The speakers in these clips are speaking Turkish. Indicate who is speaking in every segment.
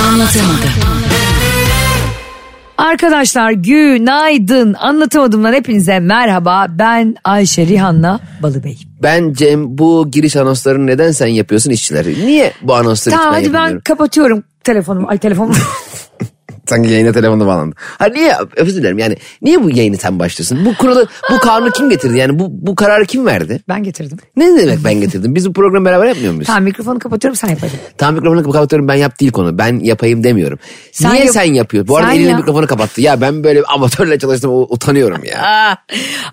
Speaker 1: Anlatamadım.
Speaker 2: Arkadaşlar günaydın. Anlatamadımdan hepinize merhaba. Ben Ayşe Rihanna Balıbey.
Speaker 3: Ben Cem bu giriş anonslarını neden sen yapıyorsun işçileri? Niye bu anonsları
Speaker 2: Tamam
Speaker 3: hiç ben
Speaker 2: hadi ben
Speaker 3: yapamıyorum?
Speaker 2: kapatıyorum telefonumu. Ay telefonumu.
Speaker 3: Sanki yayına telefonla bağlandı. Ha niye özür dilerim yani niye bu yayını sen başlıyorsun? Bu kuralı bu kanunu kim getirdi yani bu, bu kararı kim verdi?
Speaker 2: ben getirdim.
Speaker 3: Ne demek ben getirdim? Biz bu programı beraber yapmıyor muyuz?
Speaker 2: Tamam mikrofonu kapatıyorum sen yaparsın.
Speaker 3: Tam mikrofonu kapatıyorum ben yap değil konu. Ben yapayım demiyorum.
Speaker 2: Sen
Speaker 3: Niye
Speaker 2: yap-
Speaker 3: sen yapıyorsun? Bu arada
Speaker 2: Sen
Speaker 3: elini
Speaker 2: yap.
Speaker 3: mikrofonu kapattı. Ya ben böyle amatörle çalıştım u- utanıyorum ya.
Speaker 2: Aa,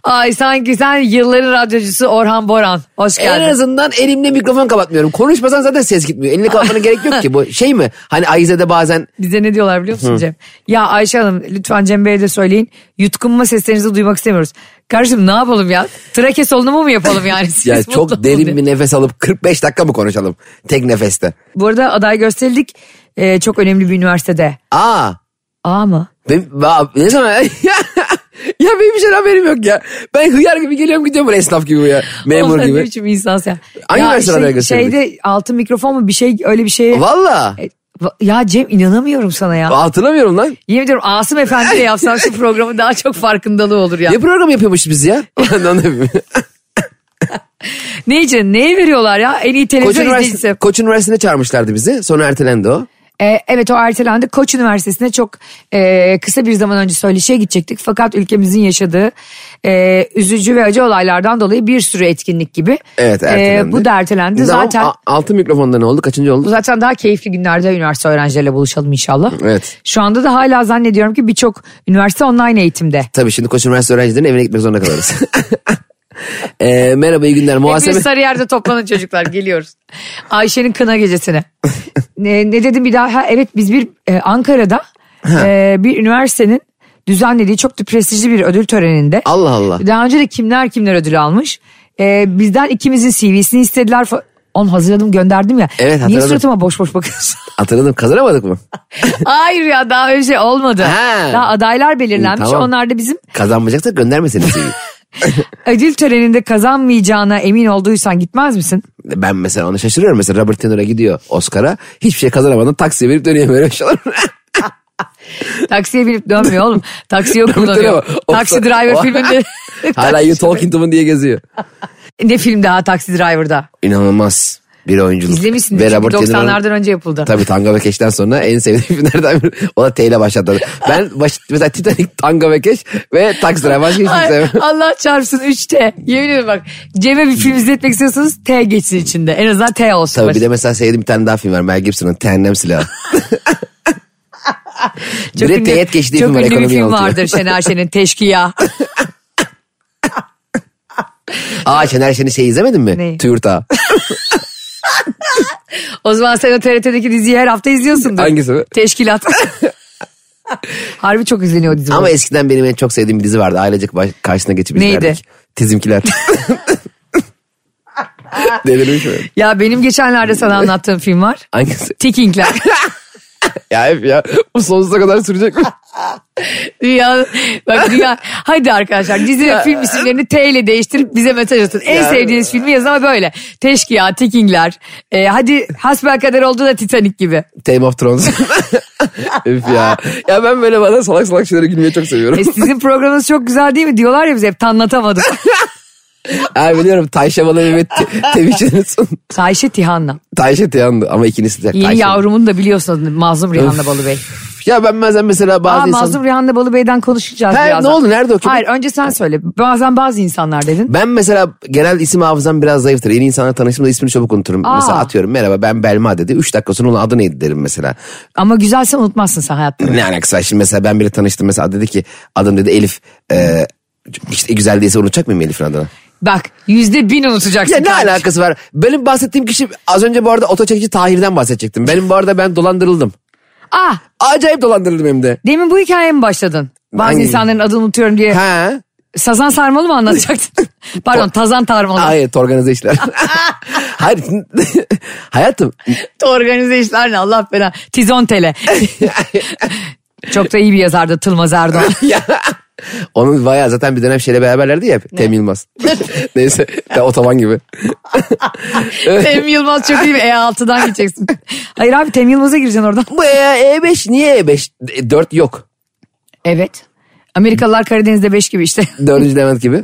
Speaker 2: Ay sanki sen yılların radyocusu Orhan Boran. Hoş
Speaker 3: En
Speaker 2: geldin.
Speaker 3: azından elimle mikrofon kapatmıyorum. Konuşmasan zaten ses gitmiyor. Elini kapatmana gerek yok ki. Bu şey mi? Hani Ayize'de bazen
Speaker 2: Bize ne diyorlar biliyor musun Cem? Ya Ayşe Hanım lütfen Cem Bey'e de söyleyin. Yutkunma seslerinizi duymak istemiyoruz. Kardeşim ne yapalım ya? Trake solunumu mu yapalım yani? Siz
Speaker 3: ya
Speaker 2: mutlu olun
Speaker 3: çok
Speaker 2: diye.
Speaker 3: derin bir nefes alıp 45 dakika mı konuşalım? Tek nefeste.
Speaker 2: Bu arada aday gösterildik. Ee, çok önemli bir üniversitede.
Speaker 3: Aa.
Speaker 2: A mı?
Speaker 3: Ben, ba- ne zaman? ya benim bir şeyden haberim yok ya. Ben hıyar gibi geliyorum gidiyorum böyle esnaf gibi ya. Memur
Speaker 2: Oğlum sen Ne
Speaker 3: gibi.
Speaker 2: biçim insansın ya.
Speaker 3: Hangi
Speaker 2: Ya şey,
Speaker 3: üniversitede aday gösterildik?
Speaker 2: Şeyde altın mikrofon mu bir şey öyle bir şey.
Speaker 3: Valla.
Speaker 2: E, va- Ya Cem inanamıyorum sana ya.
Speaker 3: Hatırlamıyorum lan.
Speaker 2: Yemin ediyorum Asım Efendi de yapsan şu programı daha çok farkındalığı olur ya.
Speaker 3: Ne program yapıyormuş biz ya? Ben de onu bilmiyorum.
Speaker 2: Ne için? Neye veriyorlar ya? En iyi
Speaker 3: Koç,
Speaker 2: televizyon izleyicisi.
Speaker 3: Üniversitesi, Koç Üniversitesi'ne çağırmışlardı bizi. Sonra ertelendi o.
Speaker 2: E, evet o ertelendi. Koç Üniversitesi'ne çok e, kısa bir zaman önce söyleşiye gidecektik. Fakat ülkemizin yaşadığı e, üzücü ve acı olaylardan dolayı bir sürü etkinlik gibi.
Speaker 3: Evet
Speaker 2: E,
Speaker 3: ertelendi.
Speaker 2: bu da ertelendi.
Speaker 3: Tamam,
Speaker 2: Zaten
Speaker 3: a- altı mikrofonda ne oldu? Kaçıncı
Speaker 2: Bu
Speaker 3: oldu?
Speaker 2: zaten daha keyifli günlerde üniversite öğrencileriyle buluşalım inşallah.
Speaker 3: Evet.
Speaker 2: Şu anda da hala zannediyorum ki birçok üniversite online eğitimde.
Speaker 3: Tabii şimdi Koç Üniversitesi öğrencilerinin evine gitmek zorunda kalırız. Ee, merhaba iyi günler. Muhasebe.
Speaker 2: Hepiniz sarı yerde toplanın çocuklar geliyoruz. Ayşe'nin kına gecesine. ne, ne dedim bir daha? Ha, evet biz bir e, Ankara'da e, bir üniversitenin düzenlediği çok da prestijli bir ödül töreninde.
Speaker 3: Allah Allah.
Speaker 2: Daha önce de kimler kimler ödül almış. E, bizden ikimizin CV'sini istediler. fa- Onu hazırladım gönderdim ya.
Speaker 3: Evet,
Speaker 2: Niye
Speaker 3: hatırladım.
Speaker 2: suratıma boş boş bakıyorsun?
Speaker 3: Hatırladım kazanamadık mı?
Speaker 2: Hayır ya daha öyle şey olmadı.
Speaker 3: Ha.
Speaker 2: Daha adaylar belirlenmiş.
Speaker 3: İyi, tamam.
Speaker 2: Onlar da bizim
Speaker 3: Kazanmayacaksa göndermeseniz iyi.
Speaker 2: ödül töreninde kazanmayacağına emin olduysan gitmez misin?
Speaker 3: Ben mesela onu şaşırıyorum. Mesela Robert De Niro'ya gidiyor Oscar'a. Hiçbir şey kazanamadan taksiye verip dönüyor böyle şey olur.
Speaker 2: Taksiye binip dönmüyor oğlum. Taksiyi o kullanıyor.
Speaker 3: Tabii, tabii.
Speaker 2: Taksi Driver
Speaker 3: O-
Speaker 2: filminde.
Speaker 3: Hala You Talking to Me diye geziyor.
Speaker 2: ne film daha Taksi Driver'da?
Speaker 3: İnanılmaz bir oyunculuk.
Speaker 2: İzlemişsin.
Speaker 3: Ve Robert De Niro'nun-
Speaker 2: 90'lardan önce yapıldı.
Speaker 3: Tabii Tango ve Keş'ten sonra en sevdiğim filmlerden biri. O da T ile başladı. Ben baş, mesela Titanic, Tango ve Keş ve Taksi Driver. Başka hiçbir şey
Speaker 2: Ay,
Speaker 3: sevmem.
Speaker 2: Allah çarpsın 3T. Yemin ederim bak. Cem'e bir film izletmek istiyorsanız T geçsin içinde. En azından T olsun.
Speaker 3: Tabii bir
Speaker 2: baş-
Speaker 3: de mesela sevdiğim bir tane daha film var. Mel Gibson'ın Tehennem Silahı. bir de
Speaker 2: ünlü-
Speaker 3: teğet geçtiği
Speaker 2: çok
Speaker 3: film var.
Speaker 2: ünlü bir
Speaker 3: ekonomiyi
Speaker 2: film
Speaker 3: anlatıyor.
Speaker 2: vardır Şener Şen'in Teşkiya.
Speaker 3: Aa Şener Şen'i şey izlemedin mi?
Speaker 2: Neyi?
Speaker 3: Tüyürt Ağa.
Speaker 2: O zaman sen o TRT'deki diziyi her hafta izliyorsundur.
Speaker 3: Hangisi bu?
Speaker 2: Teşkilat. Harbi çok izleniyor o dizi.
Speaker 3: Ama eskiden benim en çok sevdiğim bir dizi vardı. Ailecek baş- karşısına geçip
Speaker 2: Neydi?
Speaker 3: izlerdik. Tizimkiler. Delirmiş mi?
Speaker 2: Ya benim geçenlerde sana anlattığım film var.
Speaker 3: Hangisi?
Speaker 2: Tikingler.
Speaker 3: Ya hep ya. Bu sonsuza kadar sürecek mi?
Speaker 2: dünya, bak dünya. Haydi arkadaşlar dizi ve film isimlerini T ile değiştirip bize mesaj atın. En
Speaker 3: Ya.
Speaker 2: sevdiğiniz filmi yazın ama böyle. Teşkiya, Tikingler. E, hadi hasbelkader oldu da Titanic gibi.
Speaker 3: Game of Thrones. Üf ya. Ya ben böyle bana salak salak şeylere gülmeyi çok seviyorum.
Speaker 2: E, sizin programınız çok güzel değil mi? Diyorlar ya bize hep anlatamadım.
Speaker 3: ha biliyorum Tayşe bana Mehmet Te- Teviş'in son.
Speaker 2: Ayşe Tihan'la.
Speaker 3: Tayşe Tiyan'dı ama ikincisi de
Speaker 2: Yeni
Speaker 3: Tayşe.
Speaker 2: yavrumun da biliyorsun adını. Mazlum Rihanna
Speaker 3: Öf.
Speaker 2: Balıbey.
Speaker 3: Ya ben bazen mesela bazı
Speaker 2: Aa,
Speaker 3: insan...
Speaker 2: Mazlum Rihanna Balıbey'den konuşacağız
Speaker 3: Ha,
Speaker 2: birazdan.
Speaker 3: ne oldu? Nerede o kim?
Speaker 2: Hayır önce sen söyle. Bazen bazı insanlar dedin.
Speaker 3: Ben mesela genel isim hafızam biraz zayıftır. Yeni insanla tanıştığımda ismini çabuk unuturum.
Speaker 2: Aa.
Speaker 3: Mesela atıyorum merhaba ben Belma dedi. Üç dakika sonra onun adı neydi derim mesela.
Speaker 2: Ama güzelse unutmazsın sen hayatta.
Speaker 3: Ne alakası var şimdi mesela ben biri tanıştım mesela dedi ki adın dedi Elif. Ee, işte güzel değilse unutacak mıyım Elif'in adını?
Speaker 2: Bak yüzde bin unutacaksın.
Speaker 3: Ya ne
Speaker 2: kardeşim.
Speaker 3: alakası var? Benim bahsettiğim kişi az önce bu arada otoçekici Tahir'den bahsedecektim. Benim bu arada ben dolandırıldım.
Speaker 2: Ah
Speaker 3: Acayip dolandırıldım hem de.
Speaker 2: demin bu hikayeye mi başladın? Bazı
Speaker 3: Hangi-
Speaker 2: insanların adını unutuyorum diye.
Speaker 3: Ha?
Speaker 2: Sazan sarmalı mı anlatacaktın? Pardon tazan tarmalı.
Speaker 3: Hayır organize işler. Hayır. Hayatım.
Speaker 2: Organize işler ne Allah fena. Tizontele. Çok da iyi bir yazardı Tılmaz Erdoğan.
Speaker 3: Ya. Onun bayağı zaten bir dönem şeyle beraberlerdi ya Tem Yılmaz. Neyse de otoban gibi.
Speaker 2: Tem Yılmaz çok iyi bir E6'dan gideceksin. Hayır abi Tem Yılmaz'a gireceksin oradan.
Speaker 3: Bu E- E5 niye E5? 4 yok.
Speaker 2: Evet. Amerikalılar Karadeniz'de 5 gibi işte.
Speaker 3: 4. Levent gibi.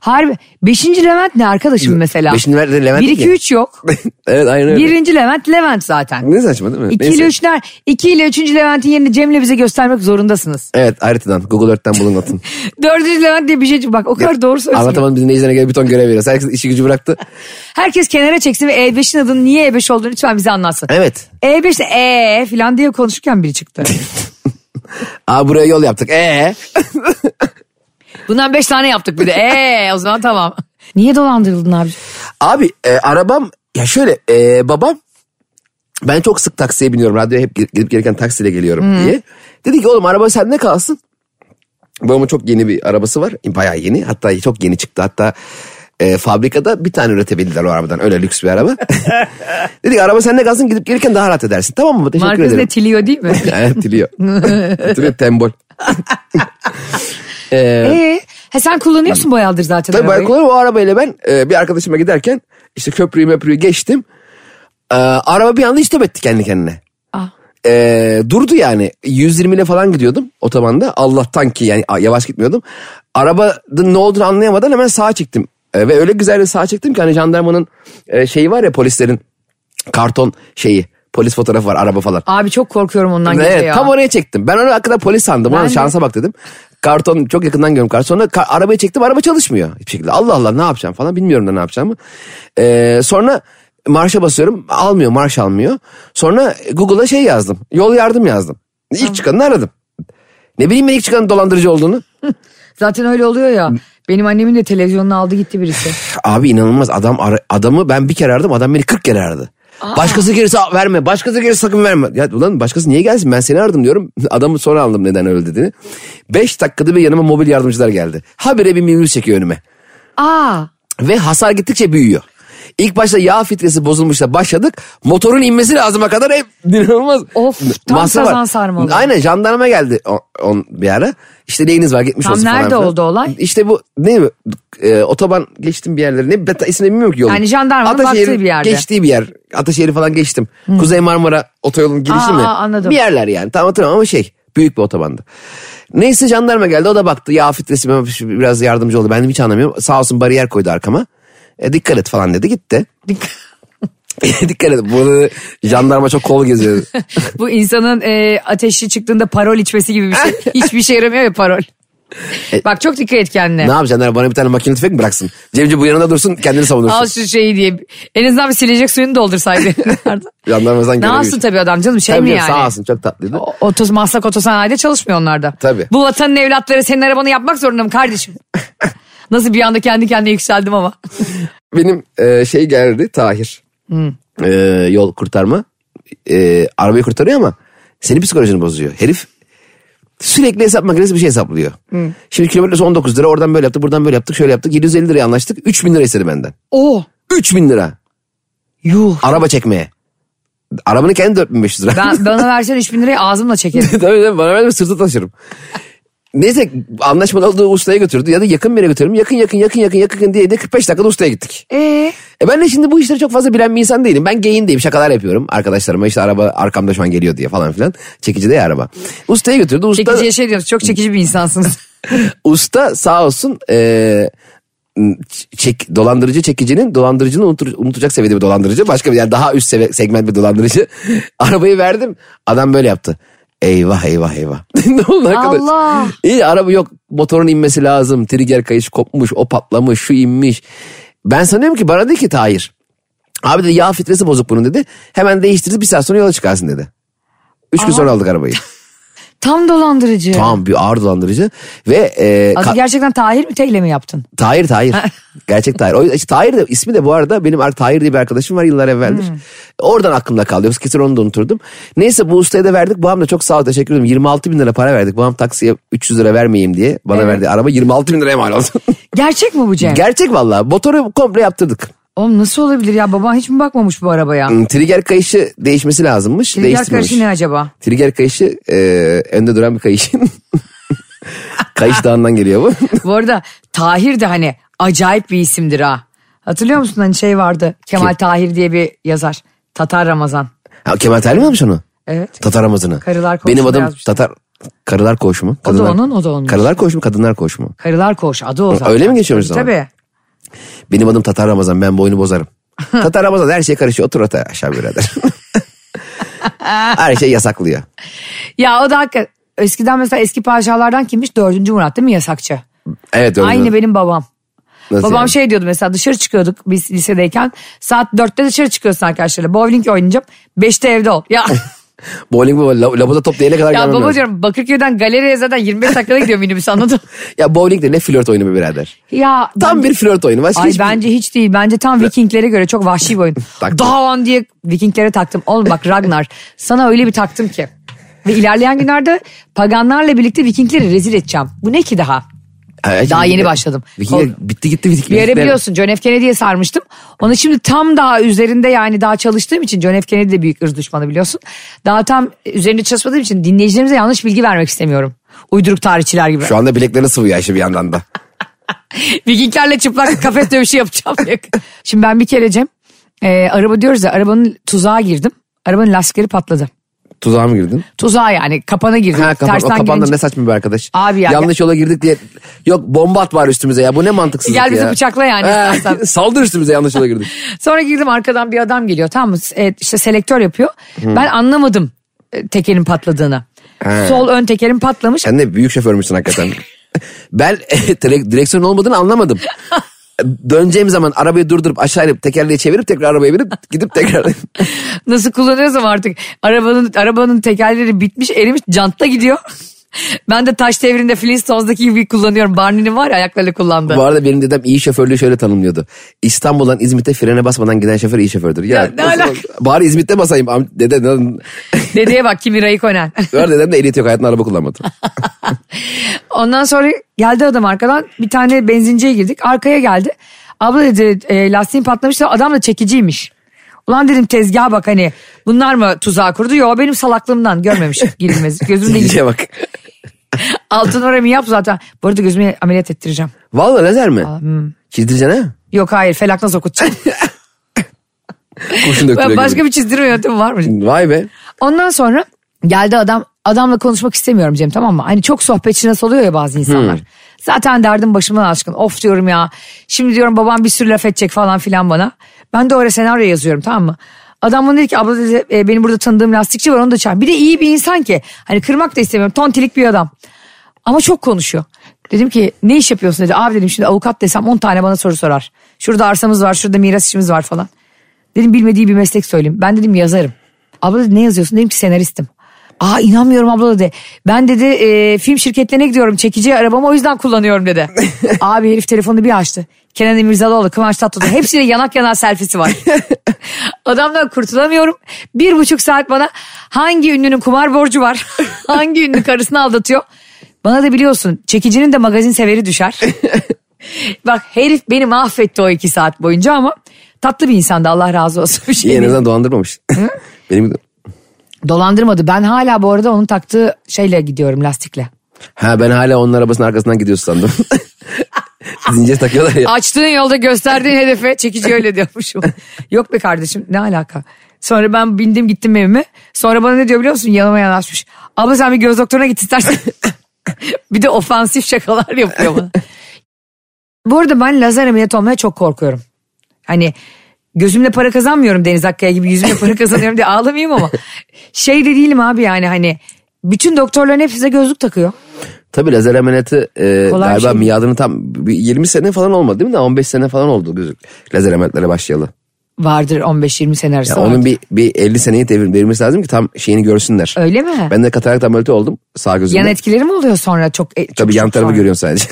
Speaker 2: Harbi. 5. Levent ne arkadaşım mesela?
Speaker 3: 5. Levent
Speaker 2: 1
Speaker 3: değil
Speaker 2: 2
Speaker 3: ya.
Speaker 2: 3 yok.
Speaker 3: evet aynen öyle.
Speaker 2: 1. Levent Levent zaten.
Speaker 3: Ne saçma değil mi?
Speaker 2: 2
Speaker 3: Neyse.
Speaker 2: ile 3'ler 2 ile 3. Levent'in yerini Cem'le bize göstermek zorundasınız.
Speaker 3: Evet haritadan Google Earth'ten bulun atın.
Speaker 2: 4. Levent diye bir şey bak o kadar doğru söylüyorsun. ki.
Speaker 3: Anlatamadım biz neyizlerine göre bir ton görev veriyoruz. Herkes işi gücü bıraktı.
Speaker 2: Herkes kenara çeksin ve E5'in adının niye E5 olduğunu lütfen bize anlatsın.
Speaker 3: Evet.
Speaker 2: E5'te E falan diye konuşurken biri çıktı.
Speaker 3: Aa buraya yol yaptık. Ee.
Speaker 2: Bundan 5 tane yaptık bir de. E o zaman tamam. Niye dolandırıldın abi?
Speaker 3: Abi e, arabam ya şöyle e, babam ben çok sık taksiye biniyorum. Radyoya hep gel- gelip gelirken taksiyle geliyorum diye. Dedi ki oğlum araba sende kalsın. Babamın çok yeni bir arabası var. Bayağı yeni. Hatta çok yeni çıktı. Hatta e, fabrikada bir tane üretebildiler o arabadan. Öyle lüks bir araba. Dedik araba sende kalsın gidip gelirken daha rahat edersin. Tamam mı? Teşekkür
Speaker 2: Markası ne
Speaker 3: ederim.
Speaker 2: Tilio değil mi?
Speaker 3: Evet Tilio. Tilio tembol.
Speaker 2: Ee, he sen kullanıyorsun bayağıdır zaten
Speaker 3: Tabii
Speaker 2: arabayı.
Speaker 3: ben kullanıyorum. O arabayla ben e, bir arkadaşıma giderken işte köprüyü möprüyü geçtim. E, araba bir anda istop etti kendi kendine.
Speaker 2: Ah.
Speaker 3: E, durdu yani. 120 ile falan gidiyordum otobanda. Allah'tan ki yani a- yavaş gitmiyordum. Arabanın ne olduğunu anlayamadan hemen sağa çektim. E, ve öyle güzel bir sağa çektim ki hani jandarmanın e, şeyi var ya polislerin karton şeyi. Polis fotoğrafı var araba falan.
Speaker 2: Abi çok korkuyorum ondan gece
Speaker 3: Evet,
Speaker 2: ya.
Speaker 3: tam oraya çektim. Ben onu hakikaten polis sandım. Ulan
Speaker 2: Ben de.
Speaker 3: şansa bak dedim. Karton çok yakından görüyorum karton. Sonra ka- arabayı çektim araba çalışmıyor hiçbir şekilde. Allah Allah ne yapacağım falan bilmiyorum da ne yapacağımı. Ee, sonra marşa basıyorum almıyor marş almıyor. Sonra Google'a şey yazdım yol yardım yazdım. İlk çıkanını aradım. Ne bileyim ben ilk çıkanın dolandırıcı olduğunu.
Speaker 2: Zaten öyle oluyor ya. Benim annemin de televizyonunu aldı gitti birisi.
Speaker 3: Abi inanılmaz adam ara- adamı ben bir kere aradım adam beni 40 kere aradı. Başkası gelirse verme. Başkası gelirse sakın verme. Ya ulan başkası niye gelsin? Ben seni aradım diyorum. Adamı sonra anladım neden öyle dediğini. 5 dakikada bir yanıma mobil yardımcılar geldi. Habire bir minibüs çekiyor önüme.
Speaker 2: Aa.
Speaker 3: Ve hasar gittikçe büyüyor. İlk başta yağ filtresi bozulmuşla başladık. Motorun inmesi lazıma kadar hep inanılmaz.
Speaker 2: Of, tam
Speaker 3: masraf var.
Speaker 2: kazan sarmalı.
Speaker 3: Aynen jandarma geldi on, on bir ara. İşte neyiniz var gitmiş
Speaker 2: Tam
Speaker 3: olsun falan
Speaker 2: nerede
Speaker 3: filan.
Speaker 2: oldu olay?
Speaker 3: İşte bu ne mi? E, otoban geçtim bir yerlere. Ne beta ismini bilmiyorum ki yolun.
Speaker 2: Yani jandarmanın
Speaker 3: Ataşehir
Speaker 2: baktığı bir yerde.
Speaker 3: Geçtiği bir yer. Ataşehir'i falan geçtim. Kuzey Marmara otoyolunun girişi
Speaker 2: Hmm. Aa,
Speaker 3: mi?
Speaker 2: aa, anladım.
Speaker 3: Bir yerler yani. Tam hatırlamıyorum ama şey. Büyük bir otobandı. Neyse jandarma geldi o da baktı yağ filtresi biraz yardımcı oldu. Ben de hiç anlamıyorum. Sağ olsun bariyer koydu arkama. E, dikkat et falan dedi gitti. dikkat et. Burada jandarma çok kol geziyor.
Speaker 2: Bu insanın e, ateşi çıktığında parol içmesi gibi bir şey. Hiçbir şey yaramıyor ya parol. Bak çok dikkat et kendine.
Speaker 3: E, ne yapacaksın? Jandarma Bana bir tane makineli tüfek mi bıraksın? Cemci bu yanında dursun kendini savunursun.
Speaker 2: Al şu şeyi diye. En azından bir silecek suyunu doldursaydı.
Speaker 3: Jandarma sen
Speaker 2: ne
Speaker 3: görevi
Speaker 2: yapsın
Speaker 3: için.
Speaker 2: tabii adam canım şey
Speaker 3: Tabii
Speaker 2: mi
Speaker 3: canım,
Speaker 2: yani?
Speaker 3: Sağ olsun çok tatlıydı.
Speaker 2: O- Otos, maslak otosanayide çalışmıyor onlarda.
Speaker 3: Tabii.
Speaker 2: Bu vatanın evlatları senin arabanı yapmak zorunda mı kardeşim? Nasıl bir anda kendi kendine yükseldim ama.
Speaker 3: benim e, şey geldi Tahir. E, yol kurtarma. E, arabayı kurtarıyor ama senin psikolojini bozuyor. Herif sürekli hesap makinesi bir şey hesaplıyor. Şimdi kilometresi 19 lira oradan böyle yaptık buradan böyle yaptık şöyle yaptık 750 liraya anlaştık 3000 lira istedi benden.
Speaker 2: O.
Speaker 3: 3000 lira
Speaker 2: Oh, Yuh.
Speaker 3: araba çekmeye. Arabanın kendi 4500 lira.
Speaker 2: Ben, bana versen 3000 lirayı ağzımla çekerim.
Speaker 3: tabii tabii bana verme sırtı taşırım. Neyse anlaşmalı olduğu ustaya götürdü ya da yakın bir yere götürdüm. Yakın yakın yakın yakın yakın diye de 45 dakikada ustaya gittik.
Speaker 2: Ee,
Speaker 3: E ben de şimdi bu işleri çok fazla bilen bir insan değilim. Ben geyiğindeyim şakalar yapıyorum arkadaşlarıma işte araba arkamda şu an geliyor diye falan filan. Çekici de ya araba. Ustaya götürdü. Usta,
Speaker 2: çekiciye şey diyoruz çok çekici bir insansınız.
Speaker 3: usta sağ olsun e, çek, dolandırıcı çekicinin dolandırıcını unutur, unutacak seviyede bir dolandırıcı. Başka bir yani daha üst seve- segment bir dolandırıcı. Arabayı verdim adam böyle yaptı. Eyvah eyvah eyvah. ne oldu arkadaş?
Speaker 2: Allah.
Speaker 3: İyi araba yok motorun inmesi lazım. Trigger kayış kopmuş o patlamış şu inmiş. Ben sanıyorum ki bana dedi ki Tahir. Abi dedi yağ filtresi bozuk bunun dedi. Hemen değiştiririz bir saat sonra yola çıkarsın dedi. Üç gün sonra aldık arabayı.
Speaker 2: Tam dolandırıcı.
Speaker 3: Tamam bir ağır dolandırıcı. Ve e,
Speaker 2: Adı
Speaker 3: ka-
Speaker 2: gerçekten Tahir mi Teyle mi yaptın?
Speaker 3: Tahir Tahir. Gerçek Tahir. O, işte Tahir de, ismi de bu arada benim ar- Tahir diye bir arkadaşım var yıllar evveldir.
Speaker 2: Hmm.
Speaker 3: Oradan aklımda kaldı. Yoksa kesin onu da unuturdum. Neyse bu ustaya da verdik. Babam da çok sağ ol teşekkür ederim. 26 bin lira para verdik. Babam taksiye 300 lira vermeyeyim diye bana
Speaker 2: Evet.
Speaker 3: verdi. Araba 26 bin liraya mal oldu.
Speaker 2: Gerçek mi bu Cem?
Speaker 3: Gerçek valla. Motoru komple yaptırdık.
Speaker 2: Oğlum nasıl olabilir ya baban hiç mi bakmamış bu arabaya?
Speaker 3: Hmm, Trigger kayışı değişmesi lazımmış.
Speaker 2: Trigger
Speaker 3: Değiştirmemiş.
Speaker 2: karışı ne acaba?
Speaker 3: Trigger kayışı e, önde duran bir kayışın. Kayış Dağı'ndan geliyor bu.
Speaker 2: Bu arada Tahir de hani acayip bir isimdir ha. Hatırlıyor musun hani şey vardı Kemal
Speaker 3: Kim?
Speaker 2: Tahir diye bir yazar. Tatar Ramazan.
Speaker 3: ha, Kemal Tahir mi yapmış onu?
Speaker 2: Evet.
Speaker 3: Tatar Ramazan'ı.
Speaker 2: Karılar Koğuşu'nda
Speaker 3: Benim adım
Speaker 2: yazmış.
Speaker 3: Tatar. Karılar Koğuşu mu?
Speaker 2: O da
Speaker 3: Kadınlar-
Speaker 2: onun, o da onun.
Speaker 3: Karılar Koğuşu mu? Kadınlar Koğuşu mu?
Speaker 2: Karılar Koğuş adı o zaten.
Speaker 3: Öyle mi geçiyormuş
Speaker 2: Tabii,
Speaker 3: zaman?
Speaker 2: Tabii.
Speaker 3: Benim adım Tatar Ramazan ben bu oyunu bozarım. Tatar Ramazan her şey karışıyor otur ata aşağı birader. her şey yasaklıyor.
Speaker 2: Ya o da hakikaten eskiden mesela eski padişahlardan kimmiş? Dördüncü Murat değil mi yasakçı?
Speaker 3: Evet öyle.
Speaker 2: Aynı benim babam.
Speaker 3: Nasıl
Speaker 2: Babam
Speaker 3: yani?
Speaker 2: şey diyordu mesela dışarı çıkıyorduk biz lisedeyken. Saat 4'te dışarı çıkıyorsun arkadaşlarla. Bowling oynayacağım. 5'te evde ol. Ya,
Speaker 3: Bowling baba la- labuda top diyene kadar
Speaker 2: ya
Speaker 3: gelmem
Speaker 2: baba
Speaker 3: lazım.
Speaker 2: diyorum Bakırköy'den galeriye zaten 25 dakikada gidiyor minibüs anladın mı?
Speaker 3: Ya bowling de ne flört oyunu be birader.
Speaker 2: Ya
Speaker 3: Tam
Speaker 2: ben-
Speaker 3: bir flört oyunu. Başka
Speaker 2: Ay
Speaker 3: hiçbir-
Speaker 2: bence hiç değil. Bence tam Vikinglere göre çok vahşi bir oyun.
Speaker 3: Taktım.
Speaker 2: Dawn diye Vikinglere taktım. Oğlum bak Ragnar sana öyle bir taktım ki. Ve ilerleyen günlerde paganlarla birlikte Vikingleri rezil edeceğim. Bu ne ki daha?
Speaker 3: Ay,
Speaker 2: Daha
Speaker 3: şimdi-
Speaker 2: yeni başladım.
Speaker 3: Vikingler bitti gitti. Bitti,
Speaker 2: Bir ara biliyorsun John F. Kennedy'ye sarmıştım. Ona şimdi tam daha üzerinde yani daha çalıştığım için John F. Kennedy de büyük ırz düşmanı biliyorsun. Daha tam üzerinde çalışmadığım için dinleyicilerimize yanlış bilgi vermek istemiyorum. Uyduruk tarihçiler gibi.
Speaker 3: Şu anda bileklerini sıvıyor Ayşe bir yandan da.
Speaker 2: Vikinglerle çıplak kafes dövüşü yapacağım. Şimdi ben bir kere Cem e, araba diyoruz ya arabanın tuzağa girdim. Arabanın lastikleri patladı.
Speaker 3: Tuzağa mı girdin?
Speaker 2: Tuzağa yani kapana girdim.
Speaker 3: Ha, kapan, o
Speaker 2: Tersten
Speaker 3: kapan da
Speaker 2: girince-
Speaker 3: ne saçma bir arkadaş.
Speaker 2: Abi ya-
Speaker 3: Yanlış yola girdik diye. Yok bomba at var üstümüze ya. Bu ne mantıksızlık
Speaker 2: Gel
Speaker 3: ya.
Speaker 2: bizi bıçakla yani
Speaker 3: Ha,
Speaker 2: istersen.
Speaker 3: Saldır üstümüze yanlış yola girdik.
Speaker 2: Sonra girdim arkadan bir adam geliyor tamam mı? E, işte selektör yapıyor. Ben anlamadım e, tekerin patladığını.
Speaker 3: He.
Speaker 2: Sol ön tekerim patlamış.
Speaker 3: Sen de büyük şoförmüşsün hakikaten. ben direk- direksiyon olmadığını anlamadım. Döneceğim zaman arabayı durdurup aşağı inip tekerleği çevirip tekrar arabaya binip gidip tekrar.
Speaker 2: Nasıl kullanıyorsam artık arabanın arabanın tekerleri bitmiş erimiş cantta gidiyor. ben de taş devrinde Flintstones'daki gibi kullanıyorum. Barney'nin var ya ayaklarıyla kullandığı.
Speaker 3: Bu arada benim dedem iyi şoförlüğü şöyle tanımlıyordu. İstanbul'dan İzmit'e frene basmadan giden şoför iyi şofördür. Ya,
Speaker 2: Ya ne
Speaker 3: nasıl-
Speaker 2: alaka?
Speaker 3: Bari İzmit'te basayım. Am- Dede, dede,
Speaker 2: Dedeye bak Kimi Raikkonen.
Speaker 3: dedem de ehliyeti yok hayatında araba kullanmadı.
Speaker 2: Ondan sonra geldi adam arkadan bir tane benzinciye girdik. Arkaya geldi. Abla dedi e, lastiğin patlamış da adam da çekiciymiş. Ulan dedim tezgaha bak hani bunlar mı tuzağa kurdu? Yo benim salaklığımdan görmemiş girilmez. Gözümde gitti.
Speaker 3: İyice bak.
Speaker 2: Altın oramı yap zaten. Bu arada gözümü ameliyat ettireceğim.
Speaker 3: Vallahi lazer mi?
Speaker 2: hmm.
Speaker 3: Çizdireceksin ha?
Speaker 2: Yok hayır felakna sokutacağım.
Speaker 3: Kurşun döktürüyor.
Speaker 2: Başka
Speaker 3: gibi.
Speaker 2: bir çizdirme yöntemi var mı?
Speaker 3: Vay be.
Speaker 2: Ondan sonra geldi adam adamla konuşmak istemiyorum Cem tamam mı? Hani çok sohbetçi nasıl oluyor ya bazı insanlar. Zaten derdim başımdan aşkın. Of diyorum ya. Şimdi diyorum babam bir sürü laf edecek falan filan bana. Ben de öyle senaryo yazıyorum tamam mı? Adam bana dedi ki abla dedi, e, benim burada tanıdığım lastikçi var onu da çağır. Bir de iyi bir insan ki. Hani kırmak da istemiyorum. Tontilik bir adam. Ama çok konuşuyor. Dedim ki ne iş yapıyorsun dedi. Abi dedim şimdi avukat desem 10 tane bana soru sorar. Şurada arsamız var, şurada miras işimiz var falan. Dedim bilmediği bir meslek söyleyeyim. Ben dedim yazarım. Abla dedi ne yazıyorsun? Dedim ki senaristim. Aa inanmıyorum abla dedi. Ben dedi e, film şirketlerine gidiyorum. Çekici arabamı o yüzden kullanıyorum dedi. Abi herif telefonu bir açtı. Kenan İmirzalıoğlu, Kıvanç Tatlıtuğ. Hepsiyle yanak yana selfie'si var. Adamdan kurtulamıyorum. Bir buçuk saat bana hangi ünlünün kumar borcu var? hangi ünlü karısını aldatıyor? Bana da biliyorsun çekicinin de magazin severi düşer. Bak herif beni mahvetti o iki saat boyunca ama tatlı bir insandı Allah razı olsun. Bir şey
Speaker 3: İyi en
Speaker 2: değil.
Speaker 3: azından dolandırmamış. Benim
Speaker 2: Dolandırmadı. Ben hala bu arada onun taktığı şeyle gidiyorum lastikle.
Speaker 3: Ha ben hala onun arabasının arkasından gidiyorsun sandım. Zincir takıyorlar ya.
Speaker 2: Açtığın yolda gösterdiğin hedefe çekici öyle diyormuşum. Yok be kardeşim ne alaka. Sonra ben bindim gittim evime. Sonra bana ne diyor biliyor musun? Yanıma yanaşmış. Abla sen bir göz doktoruna git istersen. bir de ofansif şakalar yapıyor bana. bu arada ben lazer ameliyatı olmaya çok korkuyorum. Hani gözümle para kazanmıyorum Deniz Akkaya gibi yüzümle para kazanıyorum diye ağlamayayım ama. Şey de değilim abi yani hani bütün doktorların hepsi gözlük takıyor.
Speaker 3: Tabii lazer ameliyatı e,
Speaker 2: Kolay
Speaker 3: galiba
Speaker 2: şey değil.
Speaker 3: miadını tam bir 20 sene falan olmadı değil mi? Daha 15 sene falan oldu gözük. Lazer ameliyatlara başlayalı.
Speaker 2: Vardır 15-20 sene arası.
Speaker 3: Yani onun
Speaker 2: vardır.
Speaker 3: bir, bir 50 seneyi devir- verilmesi lazım ki tam şeyini görsünler.
Speaker 2: Öyle mi?
Speaker 3: Ben de katarakt ameliyatı oldum sağ gözümde.
Speaker 2: Yan etkileri mi oluyor sonra çok? e, çok
Speaker 3: Tabii yan
Speaker 2: çok
Speaker 3: tarafı
Speaker 2: sonra?
Speaker 3: görüyorsun sadece.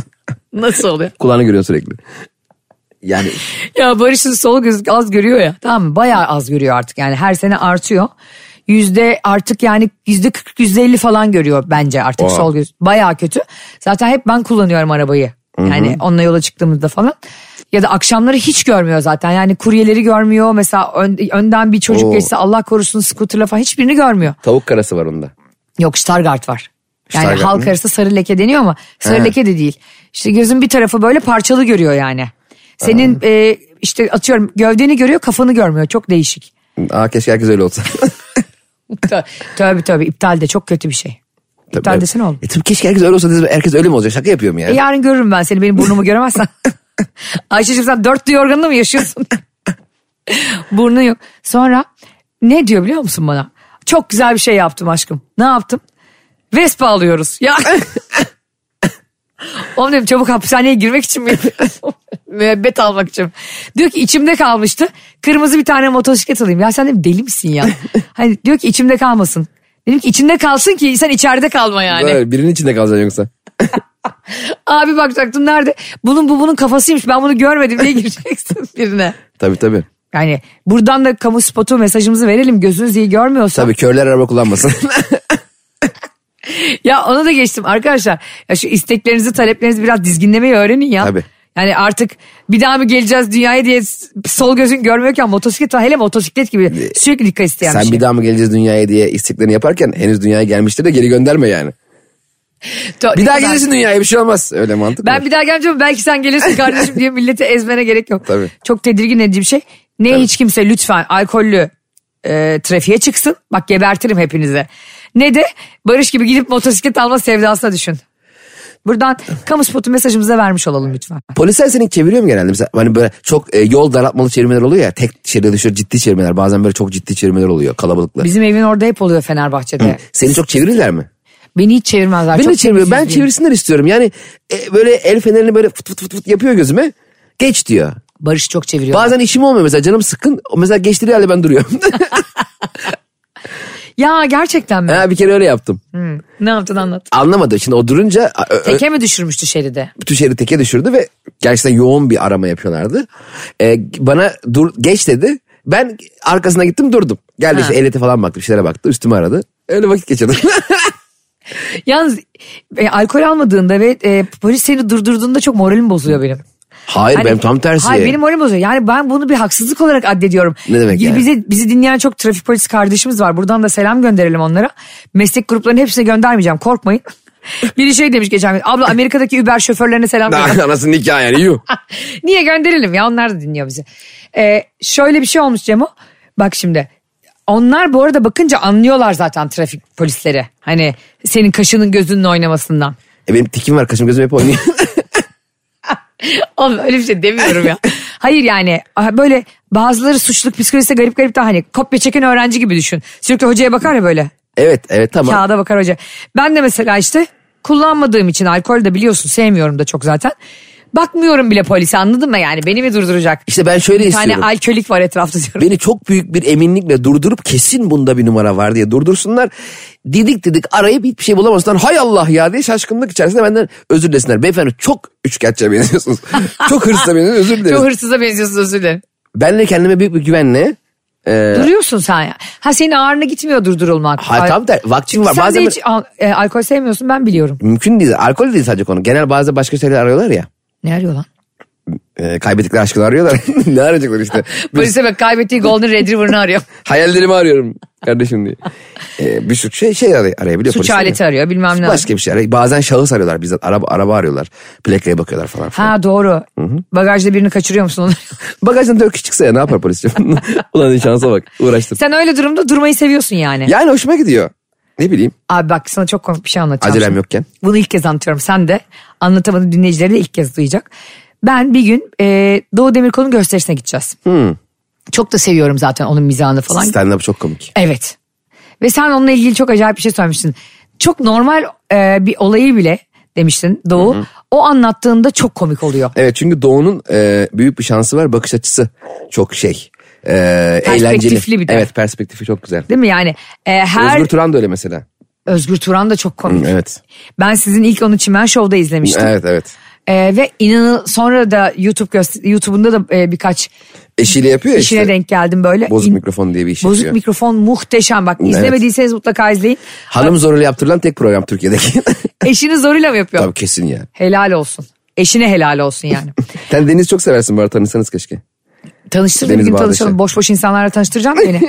Speaker 2: Nasıl oluyor?
Speaker 3: Kulağını görüyorsun sürekli. Yani
Speaker 2: Ya Barış'ın sol gözü az görüyor ya. Tamam mı? Bayağı az görüyor artık yani her sene artıyor. Yüzde artık yani yüzde 40 yüzde 50 falan görüyor bence artık
Speaker 3: Oha.
Speaker 2: sol göz. Bayağı kötü. Zaten hep ben kullanıyorum arabayı. Yani onunla yola çıktığımızda falan. Ya da akşamları hiç görmüyor zaten. Yani kuryeleri görmüyor. Mesela ön- önden bir çocuk
Speaker 3: Oo.
Speaker 2: geçse Allah korusun skuterla falan hiçbirini görmüyor.
Speaker 3: tavuk karası var onda.
Speaker 2: Yok Stargard var. Yani
Speaker 3: Stargard
Speaker 2: halk
Speaker 3: mı?
Speaker 2: arası sarı leke deniyor ama sarı
Speaker 3: He.
Speaker 2: leke de değil. İşte gözün bir tarafı böyle parçalı görüyor yani. Senin e, işte atıyorum gövdeni görüyor kafanı görmüyor. Çok değişik.
Speaker 3: Aa keşke herkes öyle olsa.
Speaker 2: Tö- tövbe tövbe iptal de çok kötü bir şey. İptal desene oğlum.
Speaker 3: E, tabii keşke herkes öyle olsa desem herkes öyle mi olacak? Şaka yapıyorum yani.
Speaker 2: E, yarın görürüm ben seni benim burnumu göremezsen. Ayşe'cim sen dört duyu organında mı yaşıyorsun? Burnu yok. Sonra ne diyor biliyor musun bana? Çok güzel bir şey yaptım aşkım. Ne yaptım? Vespa alıyoruz. Ya. Oğlum dedim çabuk hapishaneye girmek için mi? Müebbet almak için. Diyor ki içimde kalmıştı. Kırmızı bir tane motosiklet alayım. Ya sen dedim deli misin ya? hani diyor ki içimde kalmasın. Dedim ki içinde kalsın ki sen içeride kalma yani.
Speaker 3: Böyle birinin içinde kalacaksın yoksa.
Speaker 2: Abi bakacaktın nerede? Bunun bu bunun kafasıymış ben bunu görmedim diye gireceksin birine.
Speaker 3: Tabii tabii.
Speaker 2: Yani buradan da kamu spotu mesajımızı verelim gözünüz iyi görmüyorsa.
Speaker 3: Tabii körler araba kullanmasın.
Speaker 2: Ya onu da geçtim arkadaşlar. Ya şu isteklerinizi taleplerinizi biraz dizginlemeyi öğrenin ya.
Speaker 3: Tabii.
Speaker 2: Yani artık bir daha mı geleceğiz dünyaya diye s- sol gözün görmüyorken motosiklet var. Hele motosiklet gibi sürekli dikkat isteyen
Speaker 3: Ee, Sen
Speaker 2: bir şey.
Speaker 3: bir daha mı geleceğiz dünyaya diye isteklerini yaparken henüz dünyaya gelmiştir de geri gönderme yani.
Speaker 2: To-
Speaker 3: Bir
Speaker 2: ne
Speaker 3: daha
Speaker 2: kadar-
Speaker 3: gelirsin dünyaya bir şey olmaz. Öyle mantık mı?
Speaker 2: Ben bir daha gelmeyeceğim belki sen gelirsin kardeşim diye milleti ezmene gerek yok.
Speaker 3: Tabii.
Speaker 2: Çok tedirgin edici bir şey. Ne hiç kimse lütfen alkollü e, trafiğe çıksın. Bak gebertirim hepinize. Ne de Barış gibi gidip motosiklet alma sevdasına düşün. Buradan kamu spotu mesajımıza vermiş olalım lütfen.
Speaker 3: Polisler seni çeviriyor mu genelde? Mesela hani böyle çok e, yol daraltmalı çevirmeler oluyor ya. Tek şeride düşüyor ciddi çevirmeler. Bazen böyle çok ciddi çevirmeler oluyor kalabalıklı.
Speaker 2: Bizim evin orada hep oluyor Fenerbahçe'de.
Speaker 3: Seni çok çevirirler mi?
Speaker 2: Beni hiç çevirmezler.
Speaker 3: Beni
Speaker 2: Çok
Speaker 3: de çeviriyor. Ben
Speaker 2: temizliyim.
Speaker 3: çevirsinler istiyorum. Yani e, böyle el fenerini böyle fıt fıt fıt fıt yapıyor gözüme. Geç diyor.
Speaker 2: Barış çok çeviriyor.
Speaker 3: Bazen işim olmuyor mesela canım sıkkın. O Mesela geçtiği halde ben duruyorum.
Speaker 2: ya gerçekten mi?
Speaker 3: ha, bir kere öyle yaptım.
Speaker 2: Hı. Ne yaptın anlat.
Speaker 3: Anlamadı. Şimdi o durunca ö- ö-
Speaker 2: Teke mi düşürmüştü şeride?
Speaker 3: bütün şehri teke düşürdü ve gerçekten yoğun bir arama yapıyorlardı. Ee, bana dur geç dedi. Ben arkasına gittim durdum. Geldi
Speaker 2: Ha.
Speaker 3: işte ehliyete falan baktı bir şeylere baktı üstüme aradı. Öyle vakit geçirdim.
Speaker 2: Yalnız e, alkol almadığında ve e, polis seni durdurduğunda çok moralim bozuyor benim.
Speaker 3: hayır
Speaker 2: Hani-
Speaker 3: benim tam tersi.
Speaker 2: Hayır benim moralim bozuyor. Yani ben bunu bir haksızlık olarak addediyorum.
Speaker 3: Ne demek yani?
Speaker 2: Bizi, bizi dinleyen çok trafik polisi kardeşimiz var. Buradan da selam gönderelim onlara. Meslek gruplarının hepsine göndermeyeceğim korkmayın. Biri şey demiş geçen gün. Abla Amerika'daki Uber şoförlerine selam
Speaker 3: Daha
Speaker 2: gönder.
Speaker 3: anasının nikahı yani yuh.
Speaker 2: Niye gönderelim ya onlar da dinliyor bizi. Ee, şöyle bir şey olmuş Cemo. Bak şimdi. Onlar bu arada bakınca anlıyorlar zaten trafik polisleri. Hani senin kaşının gözünün oynamasından.
Speaker 3: E benim tikim var kaşım gözüm hep oynuyor.
Speaker 2: Oğlum öyle bir şey demiyorum ya. Hayır yani aha böyle bazıları suçluluk psikolojisi de garip garip de hani kopya çeken öğrenci gibi düşün. Sürekli hocaya bakar ya böyle.
Speaker 3: evet evet tamam.
Speaker 2: Kağıda bakar hoca. Ben de mesela işte kullanmadığım için alkol de biliyorsun sevmiyorum da çok zaten. Bakmıyorum bile polise anladın mı yani beni mi durduracak?
Speaker 3: İşte ben şöyle
Speaker 2: Bir
Speaker 3: istiyorum.
Speaker 2: tane alkolik var etrafta diyorum.
Speaker 3: Beni çok büyük bir eminlikle durdurup kesin bunda bir numara var diye durdursunlar. Didik didik arayıp hiçbir şey bulamazlar. Hay Allah ya diye şaşkınlık içerisinde benden özür dilesinler. Beyefendi çok üçkağıtçıya benziyorsunuz. çok hırsla benziyorsunuz özür
Speaker 2: Çok
Speaker 3: dileriz.
Speaker 2: hırsıza benziyorsun özür dilerim.
Speaker 3: Ben de kendime büyük bir güvenle. E,
Speaker 2: Duruyorsun sen ya. Ha senin ağrına gitmiyor durdurulmak.
Speaker 3: hay, tam da vaktim var.
Speaker 2: Sen
Speaker 3: Bazen
Speaker 2: de hiç al- e, alkol sevmiyorsun ben biliyorum.
Speaker 3: mümkün değil. Alkol değil sadece konu. Genel bazı başka şeyler arıyorlar ya.
Speaker 2: Ne arıyor lan?
Speaker 3: E, kaybettikleri aşkını arıyorlar. ne arayacaklar işte. Bir,
Speaker 2: Polise bak kaybettiği Golden Retriever'ını arıyor.
Speaker 3: hayallerimi arıyorum kardeşim diye. E, bir sürü şey, şey aray- arayabiliyor.
Speaker 2: Suç
Speaker 3: polisler ya.
Speaker 2: aleti arıyor bilmem ne.
Speaker 3: Başka bir şey. arıyor. Bazen şahıs arıyorlar bizzat. Araba, araba arıyorlar. Plakaya bakıyorlar falan. filan.
Speaker 2: Ha doğru. Bagajda birini kaçırıyor musun onu?
Speaker 3: Bagajdan dört kişi çıksa ya ne yapar polis? Ulan şansa bak uğraştır.
Speaker 2: Sen öyle durumda durmayı seviyorsun yani.
Speaker 3: Yani hoşuma gidiyor. Ne bileyim
Speaker 2: Abi bak sana çok komik bir şey anlatacağım.
Speaker 3: acelem
Speaker 2: şimdi.
Speaker 3: yokken.
Speaker 2: Bunu ilk kez anlatıyorum. Sen de anlatamadığın dinleyicileri de ilk kez duyacak. Ben bir gün e, Doğu Demirkol'un gösterisine gideceğiz. Çok da seviyorum zaten onun mizahını falan.
Speaker 3: Stand-up çok komik.
Speaker 2: Evet. Ve sen onunla ilgili çok acayip bir şey söylemiştin. Çok normal e, bir olayı bile demiştin Doğu. O anlattığında çok komik oluyor.
Speaker 3: Evet çünkü Doğu'nun e, büyük bir şansı var. Bakış açısı çok şey. E,
Speaker 2: Perspektifli
Speaker 3: eğlenceli.
Speaker 2: bir de.
Speaker 3: Evet perspektifi çok güzel.
Speaker 2: Değil mi yani? e, her
Speaker 3: Özgür Turan da öyle mesela.
Speaker 2: Özgür Turan da çok komik.
Speaker 3: Evet.
Speaker 2: Ben sizin ilk onu Çimen Show'da izlemiştim.
Speaker 3: Evet evet.
Speaker 2: Ee, ve inanın sonra da YouTube göster- YouTube'unda da e, birkaç
Speaker 3: Eşiyle yapıyor ya
Speaker 2: işine
Speaker 3: işte.
Speaker 2: denk geldim böyle.
Speaker 3: Bozuk
Speaker 2: İn-
Speaker 3: mikrofon diye bir iş
Speaker 2: Bozuk
Speaker 3: yapıyor.
Speaker 2: mikrofon muhteşem bak izlemediyseniz mutlaka izleyin.
Speaker 3: Hanım zoruyla yaptırılan tek program Türkiye'deki.
Speaker 2: Eşini zoruyla mı yapıyor?
Speaker 3: Tabii kesin ya.
Speaker 2: Helal olsun. Eşine helal olsun yani.
Speaker 3: Sen Deniz çok seversin bu arada tanısanız keşke.
Speaker 2: Tanıştır bir
Speaker 3: Deniz
Speaker 2: gün
Speaker 3: Bağdaş'ı.
Speaker 2: tanışalım. Boş boş insanlarla tanıştıracağım beni.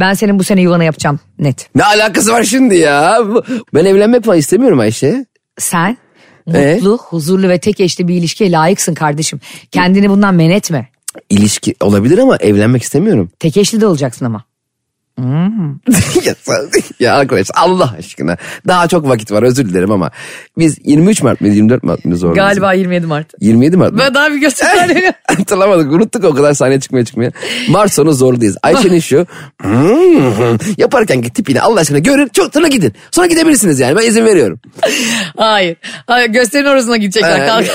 Speaker 2: Ben senin bu sene yuvana yapacağım net.
Speaker 3: Ne alakası var şimdi ya? Bu- Ben evlenmek falan istemiyorum Ayşe.
Speaker 2: Sen
Speaker 3: Ee?
Speaker 2: mutlu, huzurlu ve tek eşli bir ilişkiye layıksın kardeşim. Kendini bundan men etme.
Speaker 3: İlişki olabilir ama evlenmek istemiyorum.
Speaker 2: Tek eşli de olacaksın ama.
Speaker 3: ya, sen- ya arkadaş Allah aşkına. Daha çok vakit var özür dilerim ama. Biz 23 Mart mıydı 24 Mart mıydı zorluyoruz?
Speaker 2: 27 Mart.
Speaker 3: 27 Mart mı?
Speaker 2: daha bir
Speaker 3: E?
Speaker 2: göstereyim.
Speaker 3: Hatırlamadık unuttuk o kadar sahneye çıkmaya çıkmaya. Mart sonu zorluyuz. Ayşe'nin şu "Hmm, yaparken ki tipini Allah aşkına görün çok sonra gidin. Sonra gidebilirsiniz yani ben izin veriyorum.
Speaker 2: Hayır. Hayır gösterinin orasına gidecekler.
Speaker 3: Ee,
Speaker 2: Kalk.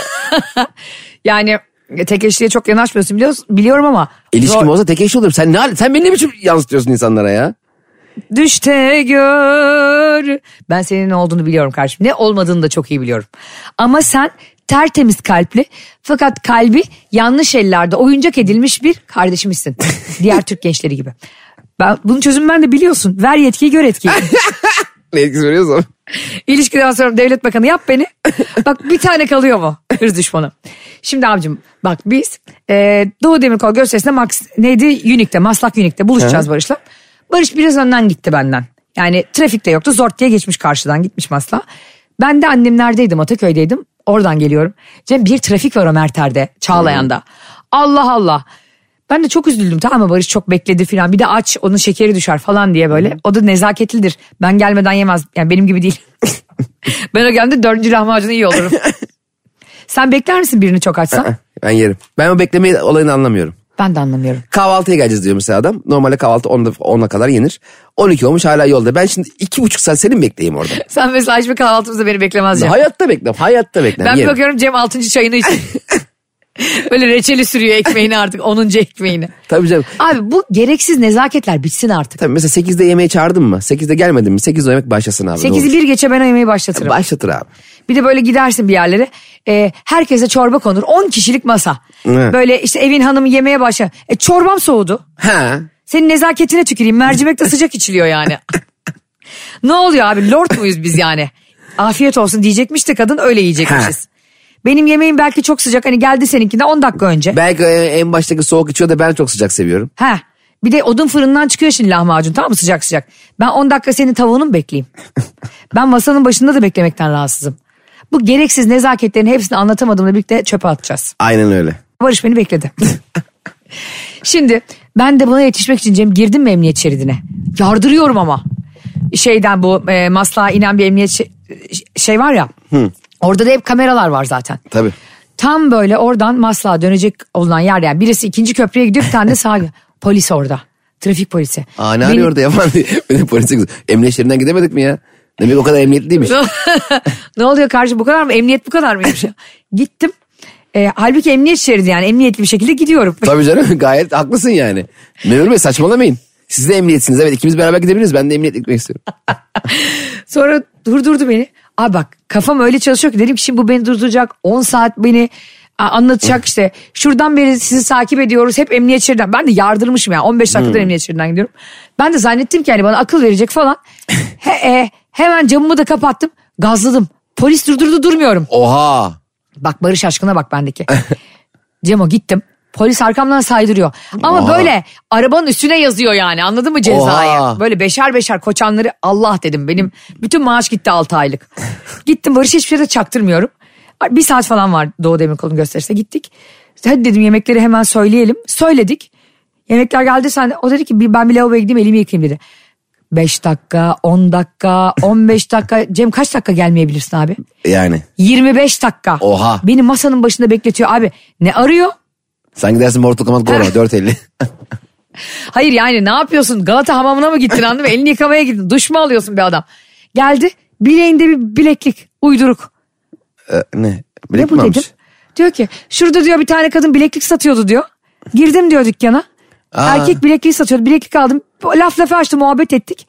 Speaker 2: yani tek eşliğe çok yanaşmıyorsun biliyorsun, biliyorum ama.
Speaker 3: İlişkim
Speaker 2: zor.
Speaker 3: olsa tek eşli olurum. Sen ne hal- sen beni ne biçim yansıtıyorsun insanlara ya?
Speaker 2: Düşte gör. Ben senin ne olduğunu biliyorum kardeşim. Ne olmadığını da çok iyi biliyorum. Ama sen tertemiz kalpli fakat kalbi yanlış ellerde oyuncak edilmiş bir kardeşimizsin. Diğer Türk gençleri gibi. Ben, bunun çözümü ben de biliyorsun. Ver yetkiyi gör etkiyi.
Speaker 3: Ne etkisi veriyorsam.
Speaker 2: İlişkiden sonra devlet bakanı yap beni. Bak bir tane kalıyor mu? Hırs düşmanı. Şimdi abicim bak biz e, Doğu Demirkol gösterisinde Max, neydi? Unique'de, Maslak Unique'de buluşacağız Barış'la. Barış biraz önden gitti benden. Yani trafik de yoktu. Zort diye geçmiş karşıdan gitmiş Maslak. Ben de annemlerdeydim Ataköy'deydim. Oradan geliyorum. Cem bir trafik var o Merter'de Çağlayan'da. Allah Allah. Ben de çok üzüldüm tamam mı Barış çok bekledi falan. Bir de aç onun şekeri düşer falan diye böyle. O da nezaketlidir. Ben gelmeden yemez. Yani benim gibi değil. ben o geldiğimde dördüncü lahmacunu iyi olurum. Sen bekler misin birini çok açsan?
Speaker 3: Ben yerim. Ben o beklemeyi olayını anlamıyorum.
Speaker 2: ben de anlamıyorum.
Speaker 3: Kahvaltıya geleceğiz diyor mesela adam. Normalde kahvaltı 10'da 10'a kadar yenir. 12 olmuş hala yolda. Ben şimdi iki buçuk saat seni mi bekleyeyim orada?
Speaker 2: Sen mesela hiçbir kahvaltımızda beni beklemez Cem.
Speaker 3: hayatta beklem, hayatta beklem.
Speaker 2: ben bir
Speaker 3: yerim.
Speaker 2: bakıyorum Cem altıncı çayını içiyor. Böyle reçeli sürüyor ekmeğini artık onuncu ekmeğini.
Speaker 3: Tabii canım.
Speaker 2: Abi bu gereksiz nezaketler bitsin artık.
Speaker 3: Tabii mesela 8'de yemeğe çağırdın mı? 8'de gelmedin mi? 8'de o yemek başlasın abi. ne olur.
Speaker 2: 8'i bir geçe ben o yemeği başlatırım.
Speaker 3: Başlatır abi.
Speaker 2: Bir de böyle gidersin bir yerlere. E, herkese çorba konur. 10 kişilik masa.
Speaker 3: Evet.
Speaker 2: Böyle işte evin hanımı yemeğe başlar. E, çorbam soğudu.
Speaker 3: Ha.
Speaker 2: Senin nezaketine tüküreyim. Mercimek de sıcak içiliyor yani. ne oluyor abi? Lord muyuz biz yani? Afiyet olsun diyecekmiş de kadın öyle yiyecekmişiz. Benim yemeğim belki çok sıcak. Hani geldi seninkinden 10 dakika önce.
Speaker 3: Belki en en baştaki soğuk içiyor da ben çok sıcak seviyorum.
Speaker 2: Ha. Bir de odun fırından çıkıyor şimdi lahmacun tamam mı sıcak sıcak. Ben 10 dakika senin tavuğunu mu bekleyeyim? ben masanın başında da beklemekten rahatsızım. Bu gereksiz nezaketlerin hepsini anlatamadığımla birlikte çöpe atacağız.
Speaker 3: Aynen öyle.
Speaker 2: Barış beni bekledi. Şimdi ben de buna yetişmek için Cem girdim mi emniyet şeridine? Yardırıyorum ama. Şeyden bu e, maslağa inen bir emniyet şe- şey var ya. Orada da hep kameralar var zaten.
Speaker 3: Tabii.
Speaker 2: Tam böyle oradan Maslak'a dönecek olan yer yani birisi ikinci köprüye gidiyor bir tane de sağa gidiyor. Polis orada. Trafik polisi.
Speaker 3: Aa ne
Speaker 2: Beni-
Speaker 3: arıyor orada yapan diye. Beni polise gidiyor. Emniyet şeridinden gidemedik mi ya? Demek o kadar emniyetliymiş.
Speaker 2: ne oluyor karşı bu kadar mı? Emniyet bu kadar mıymış? ya? Gittim. E, halbuki emniyet şeridi yani emniyetli bir şekilde gidiyorum.
Speaker 3: Tabii canım gayet haklısın yani. Memur Bey saçmalamayın. Siz de emniyetsiniz. Evet ikimiz beraber gidebiliriz. Ben de emniyet gitmek istiyorum.
Speaker 2: Sonra durdurdu beni. Abi bak kafam öyle çalışıyor ki dedim ki şimdi bu beni durduracak 10 saat beni a, anlatacak işte. Şuradan beri sizi takip ediyoruz hep emniyet şeridinden. Ben de yardırmışım yani 15 dakikadır emniyet şeridinden gidiyorum. Ben de zannettim ki hani bana akıl verecek falan. He, e, hemen camımı da kapattım gazladım. Polis durdurdu durmuyorum.
Speaker 3: Oha.
Speaker 2: Bak Barış aşkına bak bendeki. Cemo gittim. Polis arkamdan saydırıyor. Ama
Speaker 3: Oha.
Speaker 2: böyle arabanın üstüne yazıyor yani anladın mı cezayı?
Speaker 3: Oha.
Speaker 2: Böyle beşer beşer koçanları Allah dedim benim. Bütün maaş gitti 6 aylık. gittim Barış hiçbir yere çaktırmıyorum. Bir saat falan var Doğu Demirkol'un gösterisine gittik. Hadi dedim yemekleri hemen söyleyelim. Söyledik. Yemekler geldi sen o dedi ki "Bir- ben bir lavaboya gideyim elimi yıkayayım dedi. 5 dakika, 10 dakika, 15 dakika. Cem kaç dakika gelmeyebilirsin abi?
Speaker 3: Yani.
Speaker 2: 25 dakika.
Speaker 3: Oha.
Speaker 2: Beni masanın başında bekletiyor abi. Ne arıyor?
Speaker 3: Sen gidersin mortal command korona
Speaker 2: Ah.
Speaker 3: 4.50.
Speaker 2: Hayır yani ne yapıyorsun? Galata hamamına mı gittin anladın mı? Elini yıkamaya gittin. Duş mu alıyorsun bir adam? Geldi bileğinde bir bileklik. Uyduruk.
Speaker 3: Ee, ne?
Speaker 2: Ne
Speaker 3: Bilek mi
Speaker 2: bu dedim.
Speaker 3: almış?
Speaker 2: Diyor ki şurada diyor bir tane kadın bileklik satıyordu diyor. Girdim diyor dükkana.
Speaker 3: Aa.
Speaker 2: Erkek bilekliği satıyordu. Bileklik aldım. Laf lafa açtı muhabbet ettik.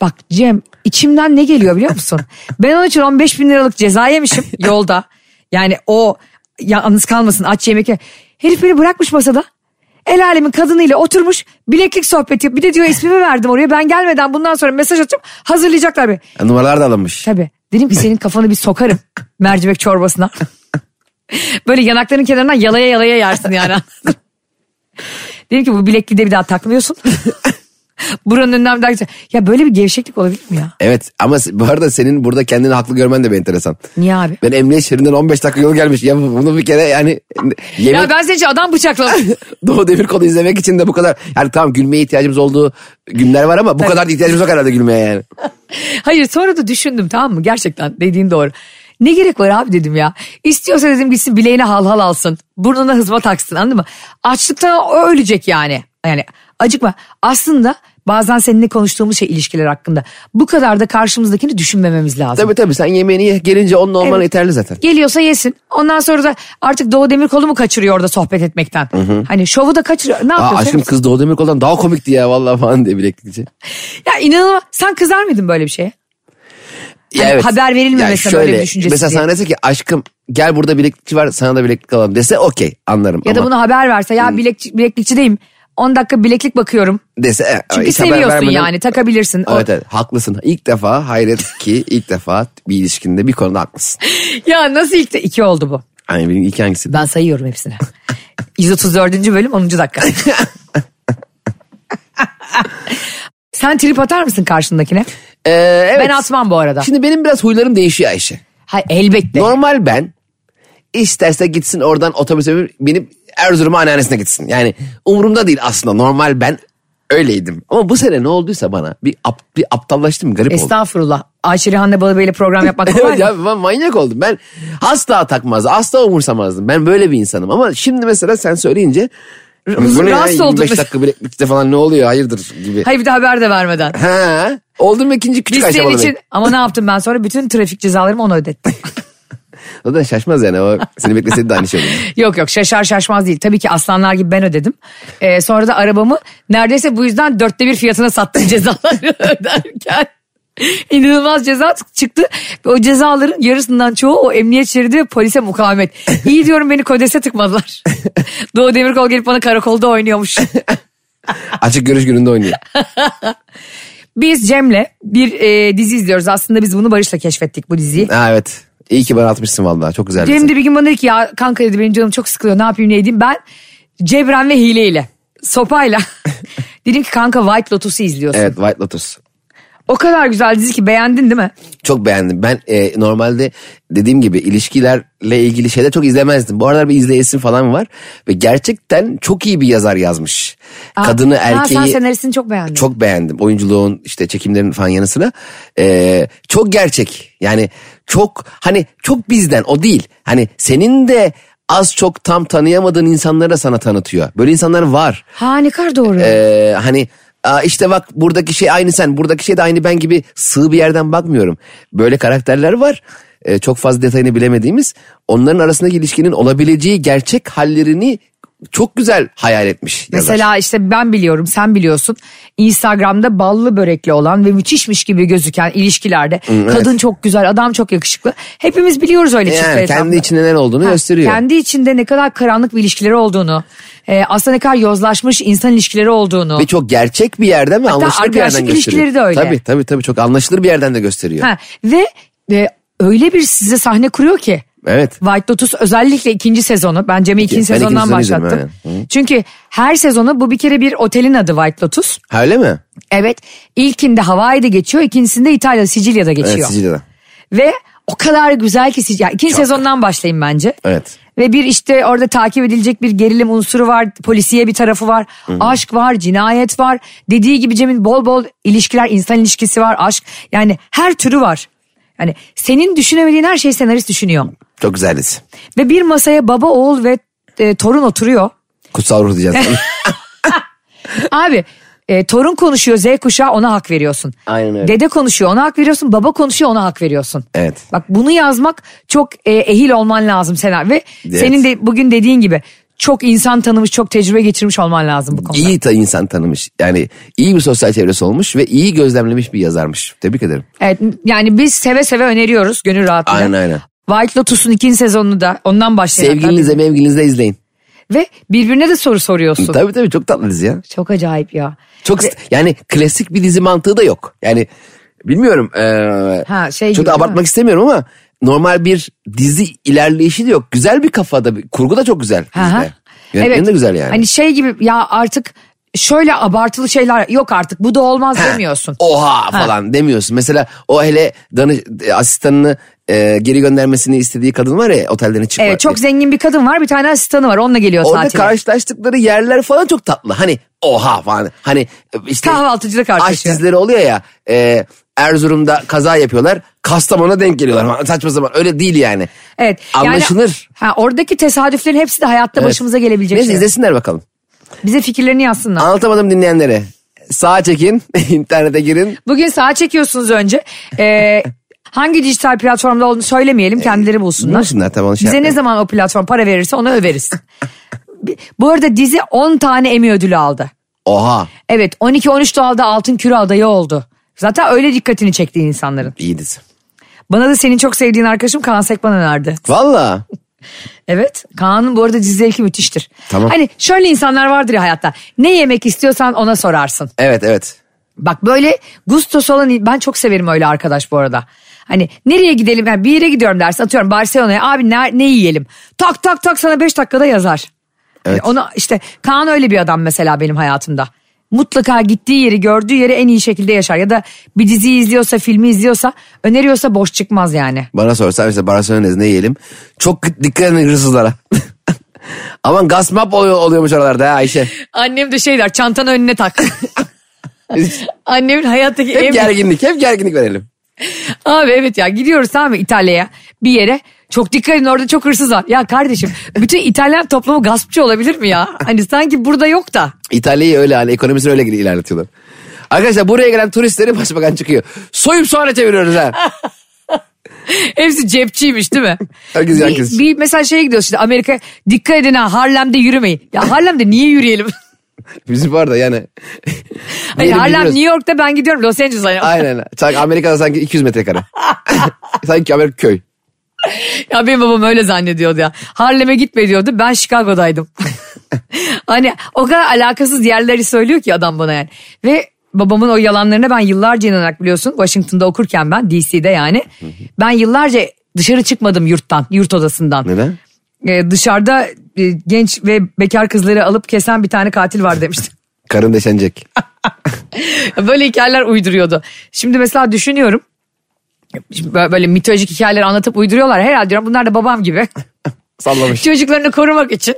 Speaker 2: Bak Cem içimden ne geliyor biliyor musun? ben onun için 15 bin liralık ceza yemişim yolda. Yani o yalnız kalmasın aç yemek. ye- Herif beni bırakmış masada. El alemin kadınıyla oturmuş bileklik sohbeti. yapıyor. Bir de diyor ismimi verdim oraya. Ben gelmeden bundan sonra mesaj atacağım. Hazırlayacaklar beni.
Speaker 3: Ha, E, Numaralar da alınmış.
Speaker 2: Tabii. Dedim ki senin kafanı bir sokarım mercimek çorbasına. Böyle yanakların kenarından yalaya yalaya yersin yani. Dedim ki bu bilekliği de bir daha takmıyorsun. Buranın önünden bir daha geçeceğim. Ya böyle bir gevşeklik olabilir mi ya?
Speaker 3: Evet ama se- bu arada senin burada kendini haklı görmen de bir enteresan.
Speaker 2: Niye abi?
Speaker 3: Ben emniyet şeridinden 15 dakika yol gelmiş. Ya bunu bir kere yani yemek
Speaker 2: Ya ben senin için adam bıçakladım.
Speaker 3: Doğu Demirkol'u izlemek için de bu kadar. Yani tamam gülmeye ihtiyacımız olduğu günler var ama bu kadar da ihtiyacımız yok herhalde gülmeye yani.
Speaker 2: Hayır sonra da düşündüm tamam mı? Gerçekten dediğin doğru. Ne gerek var abi dedim ya. İstiyorsa dedim gitsin bileğine halhal alsın. Burnuna hızma taksın anladın mı? Açlıktan o ölecek yani. Yani acıkma. Aslında bazen seninle konuştuğumuz şey ilişkiler hakkında. Bu kadar da karşımızdakini düşünmememiz lazım.
Speaker 3: Tabii tabii sen yemeğini ye gelince onun olman
Speaker 2: Evet.
Speaker 3: yeterli zaten.
Speaker 2: Geliyorsa yesin. Ondan sonra da artık Doğu Demirkol'u mu kaçırıyor orada sohbet etmekten? Hani şovu da kaçırıyor. Ne
Speaker 3: Aa,
Speaker 2: yapıyorsun?
Speaker 3: aşkım kız Doğu Demirkol'dan daha komikti ya vallahi falan diye bileklikçi.
Speaker 2: Hani Ya inanılmaz. Sen kızar mıydın böyle bir şeye? Hani haber verilmemesi
Speaker 3: Ya
Speaker 2: böyle bir düşüncesi
Speaker 3: Mesela
Speaker 2: diye.
Speaker 3: sana dese ki aşkım gel burada bileklikçi var sana da bileklik alalım dese okey anlarım.
Speaker 2: Ya da
Speaker 3: ama
Speaker 2: bunu haber verse ya bilek, bileklikçideyim. 10 dakika bileklik bakıyorum.
Speaker 3: dese, e,
Speaker 2: Çünkü
Speaker 3: hiç haber
Speaker 2: seviyorsun
Speaker 3: vermeden-
Speaker 2: yani takabilirsin. O-
Speaker 3: Evet, evet haklısın. İlk defa hayret ki ilk defa bir ilişkinde bir konuda haklısın.
Speaker 2: Ya nasıl ilk de iki oldu bu.
Speaker 3: Hani benim ilk hangisi?
Speaker 2: Ben sayıyorum hepsini. 134. bölüm 10. dakika. Sen trip atar mısın karşındakine?
Speaker 3: Ee, evet.
Speaker 2: Ben atmam bu arada.
Speaker 3: Şimdi benim biraz huylarım değişiyor Ayşe.
Speaker 2: Hayır, elbette.
Speaker 3: Normal ben isterse gitsin oradan otobüse binip Erzurum'a anneannesine gitsin. Yani umurumda değil aslında normal ben öyleydim. Ama bu sene ne olduysa bana bir, ap- bir aptallaştım garip oldum.
Speaker 2: Estağfurullah. Ayşe Rihanna Balıbey'le program yapmak kolay
Speaker 3: Evet
Speaker 2: mı?
Speaker 3: ya ben manyak oldum. Ben asla takmaz, asla umursamazdım. Ben böyle bir insanım. Ama şimdi mesela sen söyleyince bu ne ya,
Speaker 2: rahatsız oldum
Speaker 3: 25
Speaker 2: mesela.
Speaker 3: dakika bileklikte falan ne oluyor hayırdır gibi.
Speaker 2: Hayır bir de haber de vermeden.
Speaker 3: Ha, oldum ikinci küçük
Speaker 2: Biz
Speaker 3: Ayşe
Speaker 2: senin
Speaker 3: Balıbey.
Speaker 2: için ama ne yaptım ben sonra bütün trafik cezalarımı ona ödettim.
Speaker 3: O da şaşmaz yani. O seni bekleseydi de aynı şey olurdu.
Speaker 2: Yok yok şaşar şaşmaz değil. Tabii ki aslanlar gibi ben ödedim. Ee, sonra da arabamı neredeyse bu yüzden dörtte bir fiyatına sattım cezaları öderken. İnanılmaz ceza çıktı. O cezaların yarısından çoğu o emniyet şeridi ve polise mukavemet. İyi diyorum beni kodese tıkmadılar. Doğu Demirkol gelip bana karakolda oynuyormuş.
Speaker 3: Açık görüş gününde oynuyor.
Speaker 2: Biz Cem'le bir e, dizi izliyoruz. Aslında biz bunu Barış'la keşfettik bu diziyi.
Speaker 3: Ha, evet. İyi ki bana atmışsın vallahi. Çok güzel. bir
Speaker 2: Cem
Speaker 3: dizi.
Speaker 2: de bir gün bana dedi ki ya kanka dedi benim canım çok sıkılıyor ne yapayım ne edeyim. Ben cebren ve hileyle sopayla dedim ki kanka White Lotus'u izliyorsun.
Speaker 3: Evet White Lotus.
Speaker 2: O kadar güzel dizi ki beğendin değil mi?
Speaker 3: Çok beğendim. Ben e, normalde dediğim gibi ilişkilerle ilgili şeyler çok izlemezdim. Bu aralar bir izleyesim falan var. Ve gerçekten çok iyi bir yazar yazmış.
Speaker 2: Aa,
Speaker 3: Kadını
Speaker 2: ha, sen
Speaker 3: erkeği
Speaker 2: senaristini çok beğendin.
Speaker 3: çok beğendim. Oyunculuğun işte çekimlerin falan yanı sıra. E, çok gerçek. Yani çok hani çok bizden o değil. Hani senin de az çok tam tanıyamadığın insanları da sana tanıtıyor. Böyle insanlar var.
Speaker 2: Ha ne kadar doğru.
Speaker 3: Ee, hani "Aa, işte bak buradaki şey aynı sen buradaki şey de aynı ben gibi sığ bir yerden bakmıyorum. Böyle karakterler var. Ee, çok fazla detayını bilemediğimiz onların arasındaki ilişkinin olabileceği gerçek hallerini çok güzel hayal etmiş yazar.
Speaker 2: Mesela işte ben biliyorum sen biliyorsun Instagram'da ballı börekli olan ve müthişmiş gibi gözüken ilişkilerde kadın çok güzel adam çok yakışıklı hepimiz biliyoruz öyle çiftler
Speaker 3: yani kendi
Speaker 2: etrafında.
Speaker 3: içinde neler olduğunu
Speaker 2: Ha,
Speaker 3: gösteriyor.
Speaker 2: Kendi içinde ne kadar karanlık bir ilişkileri olduğunu, e, aslında ne kadar yozlaşmış insan ilişkileri olduğunu.
Speaker 3: Ve çok gerçek bir yerde mi anlaşılır bir yerden
Speaker 2: arkadaşlık
Speaker 3: gösteriyor.
Speaker 2: ilişkileri de öyle.
Speaker 3: Tabii tabii tabii çok anlaşılır bir yerden de gösteriyor.
Speaker 2: Ha, ve e, öyle bir size sahne kuruyor ki.
Speaker 3: Evet.
Speaker 2: White Lotus özellikle ikinci sezonu. Ben Cem'i ikinci
Speaker 3: Ben ikinci
Speaker 2: sezondan
Speaker 3: sezonu izledim,
Speaker 2: başlattım. Çünkü her sezonu bu bir kere bir otelin adı White Lotus.
Speaker 3: Ha, öyle mi?
Speaker 2: Evet ilkinde Hawaii'de geçiyor ikincisinde İtalya Sicilya'da geçiyor.
Speaker 3: Evet Sicilya'da.
Speaker 2: Ve o kadar güzel ki siz- ya ikinci sezondan başlayın bence.
Speaker 3: Evet.
Speaker 2: Ve bir işte orada takip edilecek bir gerilim unsuru var. Polisiye bir tarafı var. Aşk var, cinayet var. Dediği gibi Cem'in bol bol ilişkiler, insan ilişkisi var, aşk. Yani her türü var. Yani senin düşünemediğin her şeyi senarist düşünüyor.
Speaker 3: Çok güzel dizi.
Speaker 2: Ve bir masaya baba, oğul ve e, torun oturuyor.
Speaker 3: Kutsal ruh diyeceğiz.
Speaker 2: Abi e, torun konuşuyor Z kuşağı ona hak veriyorsun.
Speaker 3: Aynen öyle.
Speaker 2: Dede konuşuyor ona hak veriyorsun. Baba konuşuyor ona hak veriyorsun.
Speaker 3: Evet.
Speaker 2: Bak bunu yazmak çok e, ehil olman lazım Sena. Ve
Speaker 3: Evet.
Speaker 2: senin de bugün dediğin gibi çok insan tanımış çok tecrübe geçirmiş olman lazım bu konuda.
Speaker 3: İyi ta insan tanımış. Yani iyi bir sosyal çevresi olmuş ve iyi gözlemlemiş bir yazarmış. Tebrik ederim.
Speaker 2: Evet, yani biz seve seve öneriyoruz gönül rahatlığıyla.
Speaker 3: Aynen, aynen.
Speaker 2: White Lotus'un ikinci sezonunu da ondan başlayalım.
Speaker 3: Sevgilinizle mevgilinizle izleyin.
Speaker 2: Ve birbirine de soru soruyorsun.
Speaker 3: Tabii tabii çok tatlı dizi ya.
Speaker 2: Çok acayip ya.
Speaker 3: Çok yani klasik bir dizi mantığı da yok. Yani bilmiyorum. eee,
Speaker 2: Ha, şey
Speaker 3: çok da
Speaker 2: gibi, değil
Speaker 3: abartmak
Speaker 2: mi?
Speaker 3: istemiyorum ama normal bir dizi ilerleyişi de yok. Güzel bir kafada. bir- Kurgu da çok güzel
Speaker 2: Aha.
Speaker 3: dizide. Yönetmeni de güzel yani.
Speaker 2: Hani şey gibi ya artık şöyle abartılı şeyler yok artık bu da olmaz demiyorsun.
Speaker 3: Oha falan demiyorsun. Mesela o hele danış, asistanını e, geri göndermesini istediği kadın var ya otelden çıkma.
Speaker 2: Evet, çok zengin bir kadın var bir tane asistanı var onunla geliyor
Speaker 3: Orada
Speaker 2: tatile.
Speaker 3: karşılaştıkları yerler falan çok tatlı. Hani oha falan. Hani işte
Speaker 2: Kahvaltıcıda
Speaker 3: aş
Speaker 2: karşılaşıyor.
Speaker 3: dizileri oluyor ya. e, Erzurum'da kaza yapıyorlar. Kastamonu'na denk geliyorlar. falan. Saçma sapan öyle değil yani.
Speaker 2: Evet. yani-
Speaker 3: Anlaşılır.
Speaker 2: ha, oradaki tesadüflerin hepsi de hayatta başımıza gelebilecek
Speaker 3: Neyse
Speaker 2: şeyler.
Speaker 3: izlesinler bakalım.
Speaker 2: Bize fikirlerini yazsınlar.
Speaker 3: Anlatamadım dinleyenlere. Sağa çekin, internete girin.
Speaker 2: Bugün sağa çekiyorsunuz önce. Ee, hangi dijital platformda olduğunu söylemeyelim kendileri bulsunlar.
Speaker 3: Bulsunlar, tamam, onu şey
Speaker 2: Bize ne
Speaker 3: yapmayalım.
Speaker 2: zaman o platform para verirse onu överiz. Bi- Bu arada dizi 10 tane Emmy ödülü aldı.
Speaker 3: Oha
Speaker 2: Evet 12-13 doğalda altın küre adayı oldu. Zaten öyle dikkatini çekti insanların.
Speaker 3: iyi dizi.
Speaker 2: Bana da senin çok sevdiğin arkadaşım Kaan Sekman önerdi.
Speaker 3: Valla.
Speaker 2: Evet. Kaan'ın bu arada dizi zevki müthiştir.
Speaker 3: Tamam.
Speaker 2: Hani şöyle insanlar vardır ya hayatta. Ne yemek istiyorsan ona sorarsın.
Speaker 3: Evet evet.
Speaker 2: Bak böyle gustosu olan ben çok severim öyle arkadaş bu arada. Hani nereye gidelim yani bir yere gidiyorum dersin atıyorum Barcelona'ya abi ne, ne yiyelim. Tak tak tak sana 5 dakikada yazar. Hani
Speaker 3: Evet.
Speaker 2: ona işte Kaan öyle bir adam mesela benim hayatımda. Mutlaka gittiği yeri gördüğü yeri en iyi şekilde yaşar. Ya da bir dizi izliyorsa filmi izliyorsa öneriyorsa boş çıkmaz yani.
Speaker 3: Bana sorsan işte Barcelona'da ne yiyelim? Çok dikkat edin hırsızlara. Aman gasmap oluyor, oluyormuş oralarda ha Ayşe.
Speaker 2: Annem de şey der çantanı önüne tak. Annemin hayattaki
Speaker 3: Hep
Speaker 2: en
Speaker 3: gerginlik, hep gerginlik verelim.
Speaker 2: Abi evet ya gidiyoruz tamam mı İtalya'ya bir yere. Çok dikkat edin orada çok hırsız var. Ya kardeşim bütün İtalyan toplumu gaspçı olabilir mi ya? Hani sanki burada yok da.
Speaker 3: İtalya'yı öyle hani ekonomisini öyle ilerletiyorlar. Arkadaşlar buraya gelen turistleri başbakan çıkıyor. Soyup sonra çeviriyoruz ha.
Speaker 2: Hepsi cepçiymiş değil mi?
Speaker 3: Herkes
Speaker 2: bir,
Speaker 3: herkes.
Speaker 2: bir mesela şeye gidiyoruz şimdi Amerika dikkat edin ha Harlem'de yürümeyin. Ya Harlem'de niye yürüyelim?
Speaker 3: Bizim var da yani.
Speaker 2: Hani
Speaker 3: Diyelim
Speaker 2: Harlem
Speaker 3: yürüyoruz.
Speaker 2: New York'ta ben gidiyorum Los Angeles'a. Ya.
Speaker 3: Aynen. Sanki Amerika'da sanki 200 metrekare. sanki Amerika köy.
Speaker 2: Ya benim babam öyle zannediyordu ya. Harlem'e gitme diyordu. Ben Chicago'daydım. hani o kadar alakasız yerleri söylüyor ki adam bana yani. Ve babamın o yalanlarına ben yıllarca inanarak biliyorsun. Washington'da okurken ben DC'de yani. Ben yıllarca dışarı çıkmadım yurttan, yurt odasından.
Speaker 3: Neden?
Speaker 2: Ee, dışarıda e, genç ve bekar kızları alıp kesen bir tane katil var demişti.
Speaker 3: Karın deşenecek.
Speaker 2: Böyle hikayeler uyduruyordu. Şimdi mesela düşünüyorum. Şimdi bö- Böyle mitolojik hikayeler anlatıp uyduruyorlar. Herhalde diyorum bunlar da babam gibi.
Speaker 3: Sallamış.
Speaker 2: çocuklarını korumak için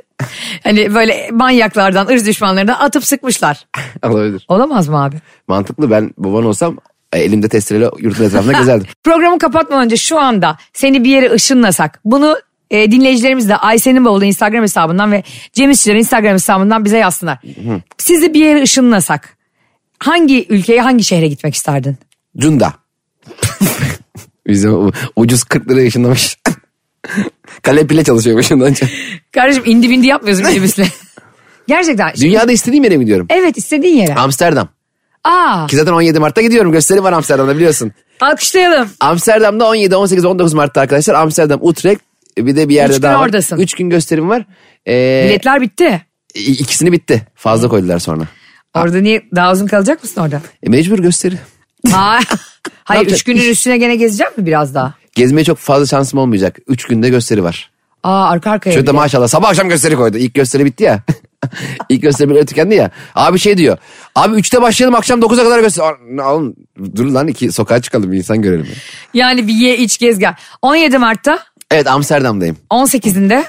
Speaker 2: hani böyle manyaklardan, ırz düşmanlarından atıp sıkmışlar.
Speaker 3: Olabilir.
Speaker 2: Olamaz mı abi?
Speaker 3: Mantıklı ben baban olsam e, elimde testereyle yurtun etrafında gezerdim.
Speaker 2: Programı kapatmadan önce şu anda seni bir yere ışınlasak bunu e, dinleyicilerimiz de Ayşe'nin bavulu Instagram hesabından ve Cem İşçilerin Instagram hesabından bize yazsınlar. Sizi bir yere ışınlasak hangi ülkeye hangi şehre gitmek isterdin?
Speaker 3: Cunda. Bizim u- ucuz 40 liraya yaşındamış. Kale pile çalışıyormuş ondan önce.
Speaker 2: Kardeşim indi bindi yapmıyoruz minibüsle. Gerçekten.
Speaker 3: Dünyada istediğim yere mi gidiyorum?
Speaker 2: Evet istediğin yere.
Speaker 3: Amsterdam.
Speaker 2: Aa,
Speaker 3: Ki zaten 17 Mart'ta gidiyorum. Gösteri var Amsterdam'da biliyorsun.
Speaker 2: alkışlayalım.
Speaker 3: Amsterdam'da 17, 18, 19 Mart'ta arkadaşlar. Amsterdam, Utrecht bir de bir yerde
Speaker 2: Üç gün
Speaker 3: daha var.
Speaker 2: oradasın.
Speaker 3: 3 gün gösterim var. Ee,
Speaker 2: Biletler bitti.
Speaker 3: i- ikisini bitti. Fazla koydular sonra.
Speaker 2: Orada niye daha uzun kalacak mısın orada?
Speaker 3: E, mecbur gösteri.
Speaker 2: Ha- Hayır üç
Speaker 3: yapacak?
Speaker 2: günün üstüne gene gezeceğim mi biraz daha?
Speaker 3: Gezmeye çok fazla şansım olmayacak. 3 günde gösteri var.
Speaker 2: Aa arka arkaya.
Speaker 3: Şurada
Speaker 2: bile.
Speaker 3: maşallah sabah akşam gösteri koydu. İlk gösteri bitti ya. İlk gösteri böyle tükendi ya. Abi şey diyor. Abi 3'te başlayalım akşam 9'a kadar gösteri. Aa, Oğlum dur lan iki sokağa çıkalım bir insan görelim.
Speaker 2: Yani bir ye iç gez gel. 17 Mart'ta
Speaker 3: Evet Amsterdam'dayım.
Speaker 2: 18'inde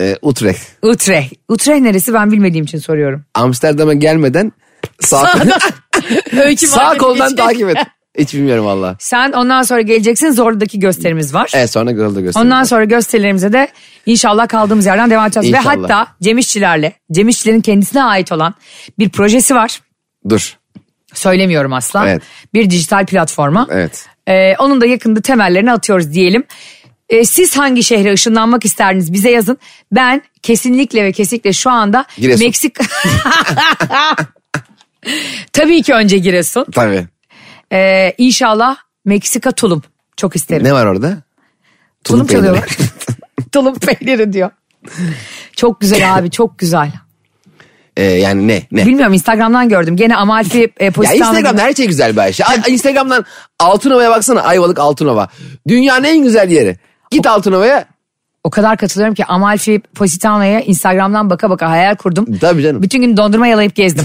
Speaker 3: Ee, Utrecht.
Speaker 2: Utrecht. Utrecht neresi ben bilmediğim için soruyorum.
Speaker 3: Amsterdam'a gelmeden sağ,
Speaker 2: Öykü
Speaker 3: sağ
Speaker 2: madem
Speaker 3: koldan
Speaker 2: geçecek.
Speaker 3: takip et. Hiç bilmiyorum valla.
Speaker 2: Sen ondan sonra geleceksin Zorlu'daki gösterimiz var.
Speaker 3: Evet sonra Girl'da gösteri.
Speaker 2: Ondan sonra gösterilerimize de inşallah kaldığımız yerden devam edeceğiz.
Speaker 3: İnşallah.
Speaker 2: Ve hatta Cem İşçilerle, Cem İşçilerin kendisine ait olan bir projesi var.
Speaker 3: Dur.
Speaker 2: Söylemiyorum asla.
Speaker 3: Evet.
Speaker 2: Bir dijital platforma.
Speaker 3: Evet.
Speaker 2: Ee, onun da yakında temellerini atıyoruz diyelim. Ee, siz hangi şehre ışınlanmak isterdiniz bize yazın. Ben kesinlikle ve kesinlikle şu anda
Speaker 3: Giresun.
Speaker 2: Meksika... Tabii ki önce Giresun.
Speaker 3: Tabii.
Speaker 2: Ee, inşallah Meksika tulum. Çok isterim.
Speaker 3: Ne var orada?
Speaker 2: tulum
Speaker 3: peyniri.
Speaker 2: çalıyorlar. tulum peyniri diyor. Çok güzel abi çok güzel.
Speaker 3: Ee, yani ne? Ne?
Speaker 2: Bilmiyorum Instagram'dan gördüm. Gene Amalfi e,
Speaker 3: Ya
Speaker 2: Positano'da-
Speaker 3: Instagram'da her şey güzel be Ayşe. Ay- Instagram'dan Altınova'ya baksana. Ayvalık Altınova. Dünyanın en güzel yeri. Git Altınova'ya
Speaker 2: O kadar katılıyorum ki Amalfi Positano'ya Instagram'dan baka baka hayal kurdum.
Speaker 3: Tabii canım.
Speaker 2: Bütün gün dondurma yalayıp gezdim.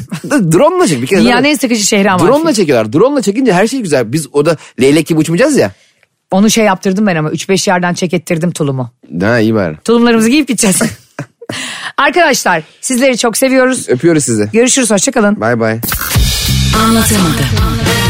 Speaker 3: Drone'la çek bir kere.
Speaker 2: Dünyanın
Speaker 3: zaten-
Speaker 2: en sıkıcı şehri Amalfi.
Speaker 3: Drone'la çekiyorlar. Drone'la çekince her şey güzel. Biz orada leylek gibi uçmayacağız ya.
Speaker 2: Onu şey yaptırdım ben ama 3-5 yerden çek ettirdim tulumu.
Speaker 3: Ha iyi bari.
Speaker 2: Tulumlarımızı giyip gideceğiz. Arkadaşlar sizleri çok seviyoruz.
Speaker 3: Öpüyoruz sizi.
Speaker 2: Görüşürüz hoşçakalın.
Speaker 3: Bay bay.
Speaker 1: Anlatamadım.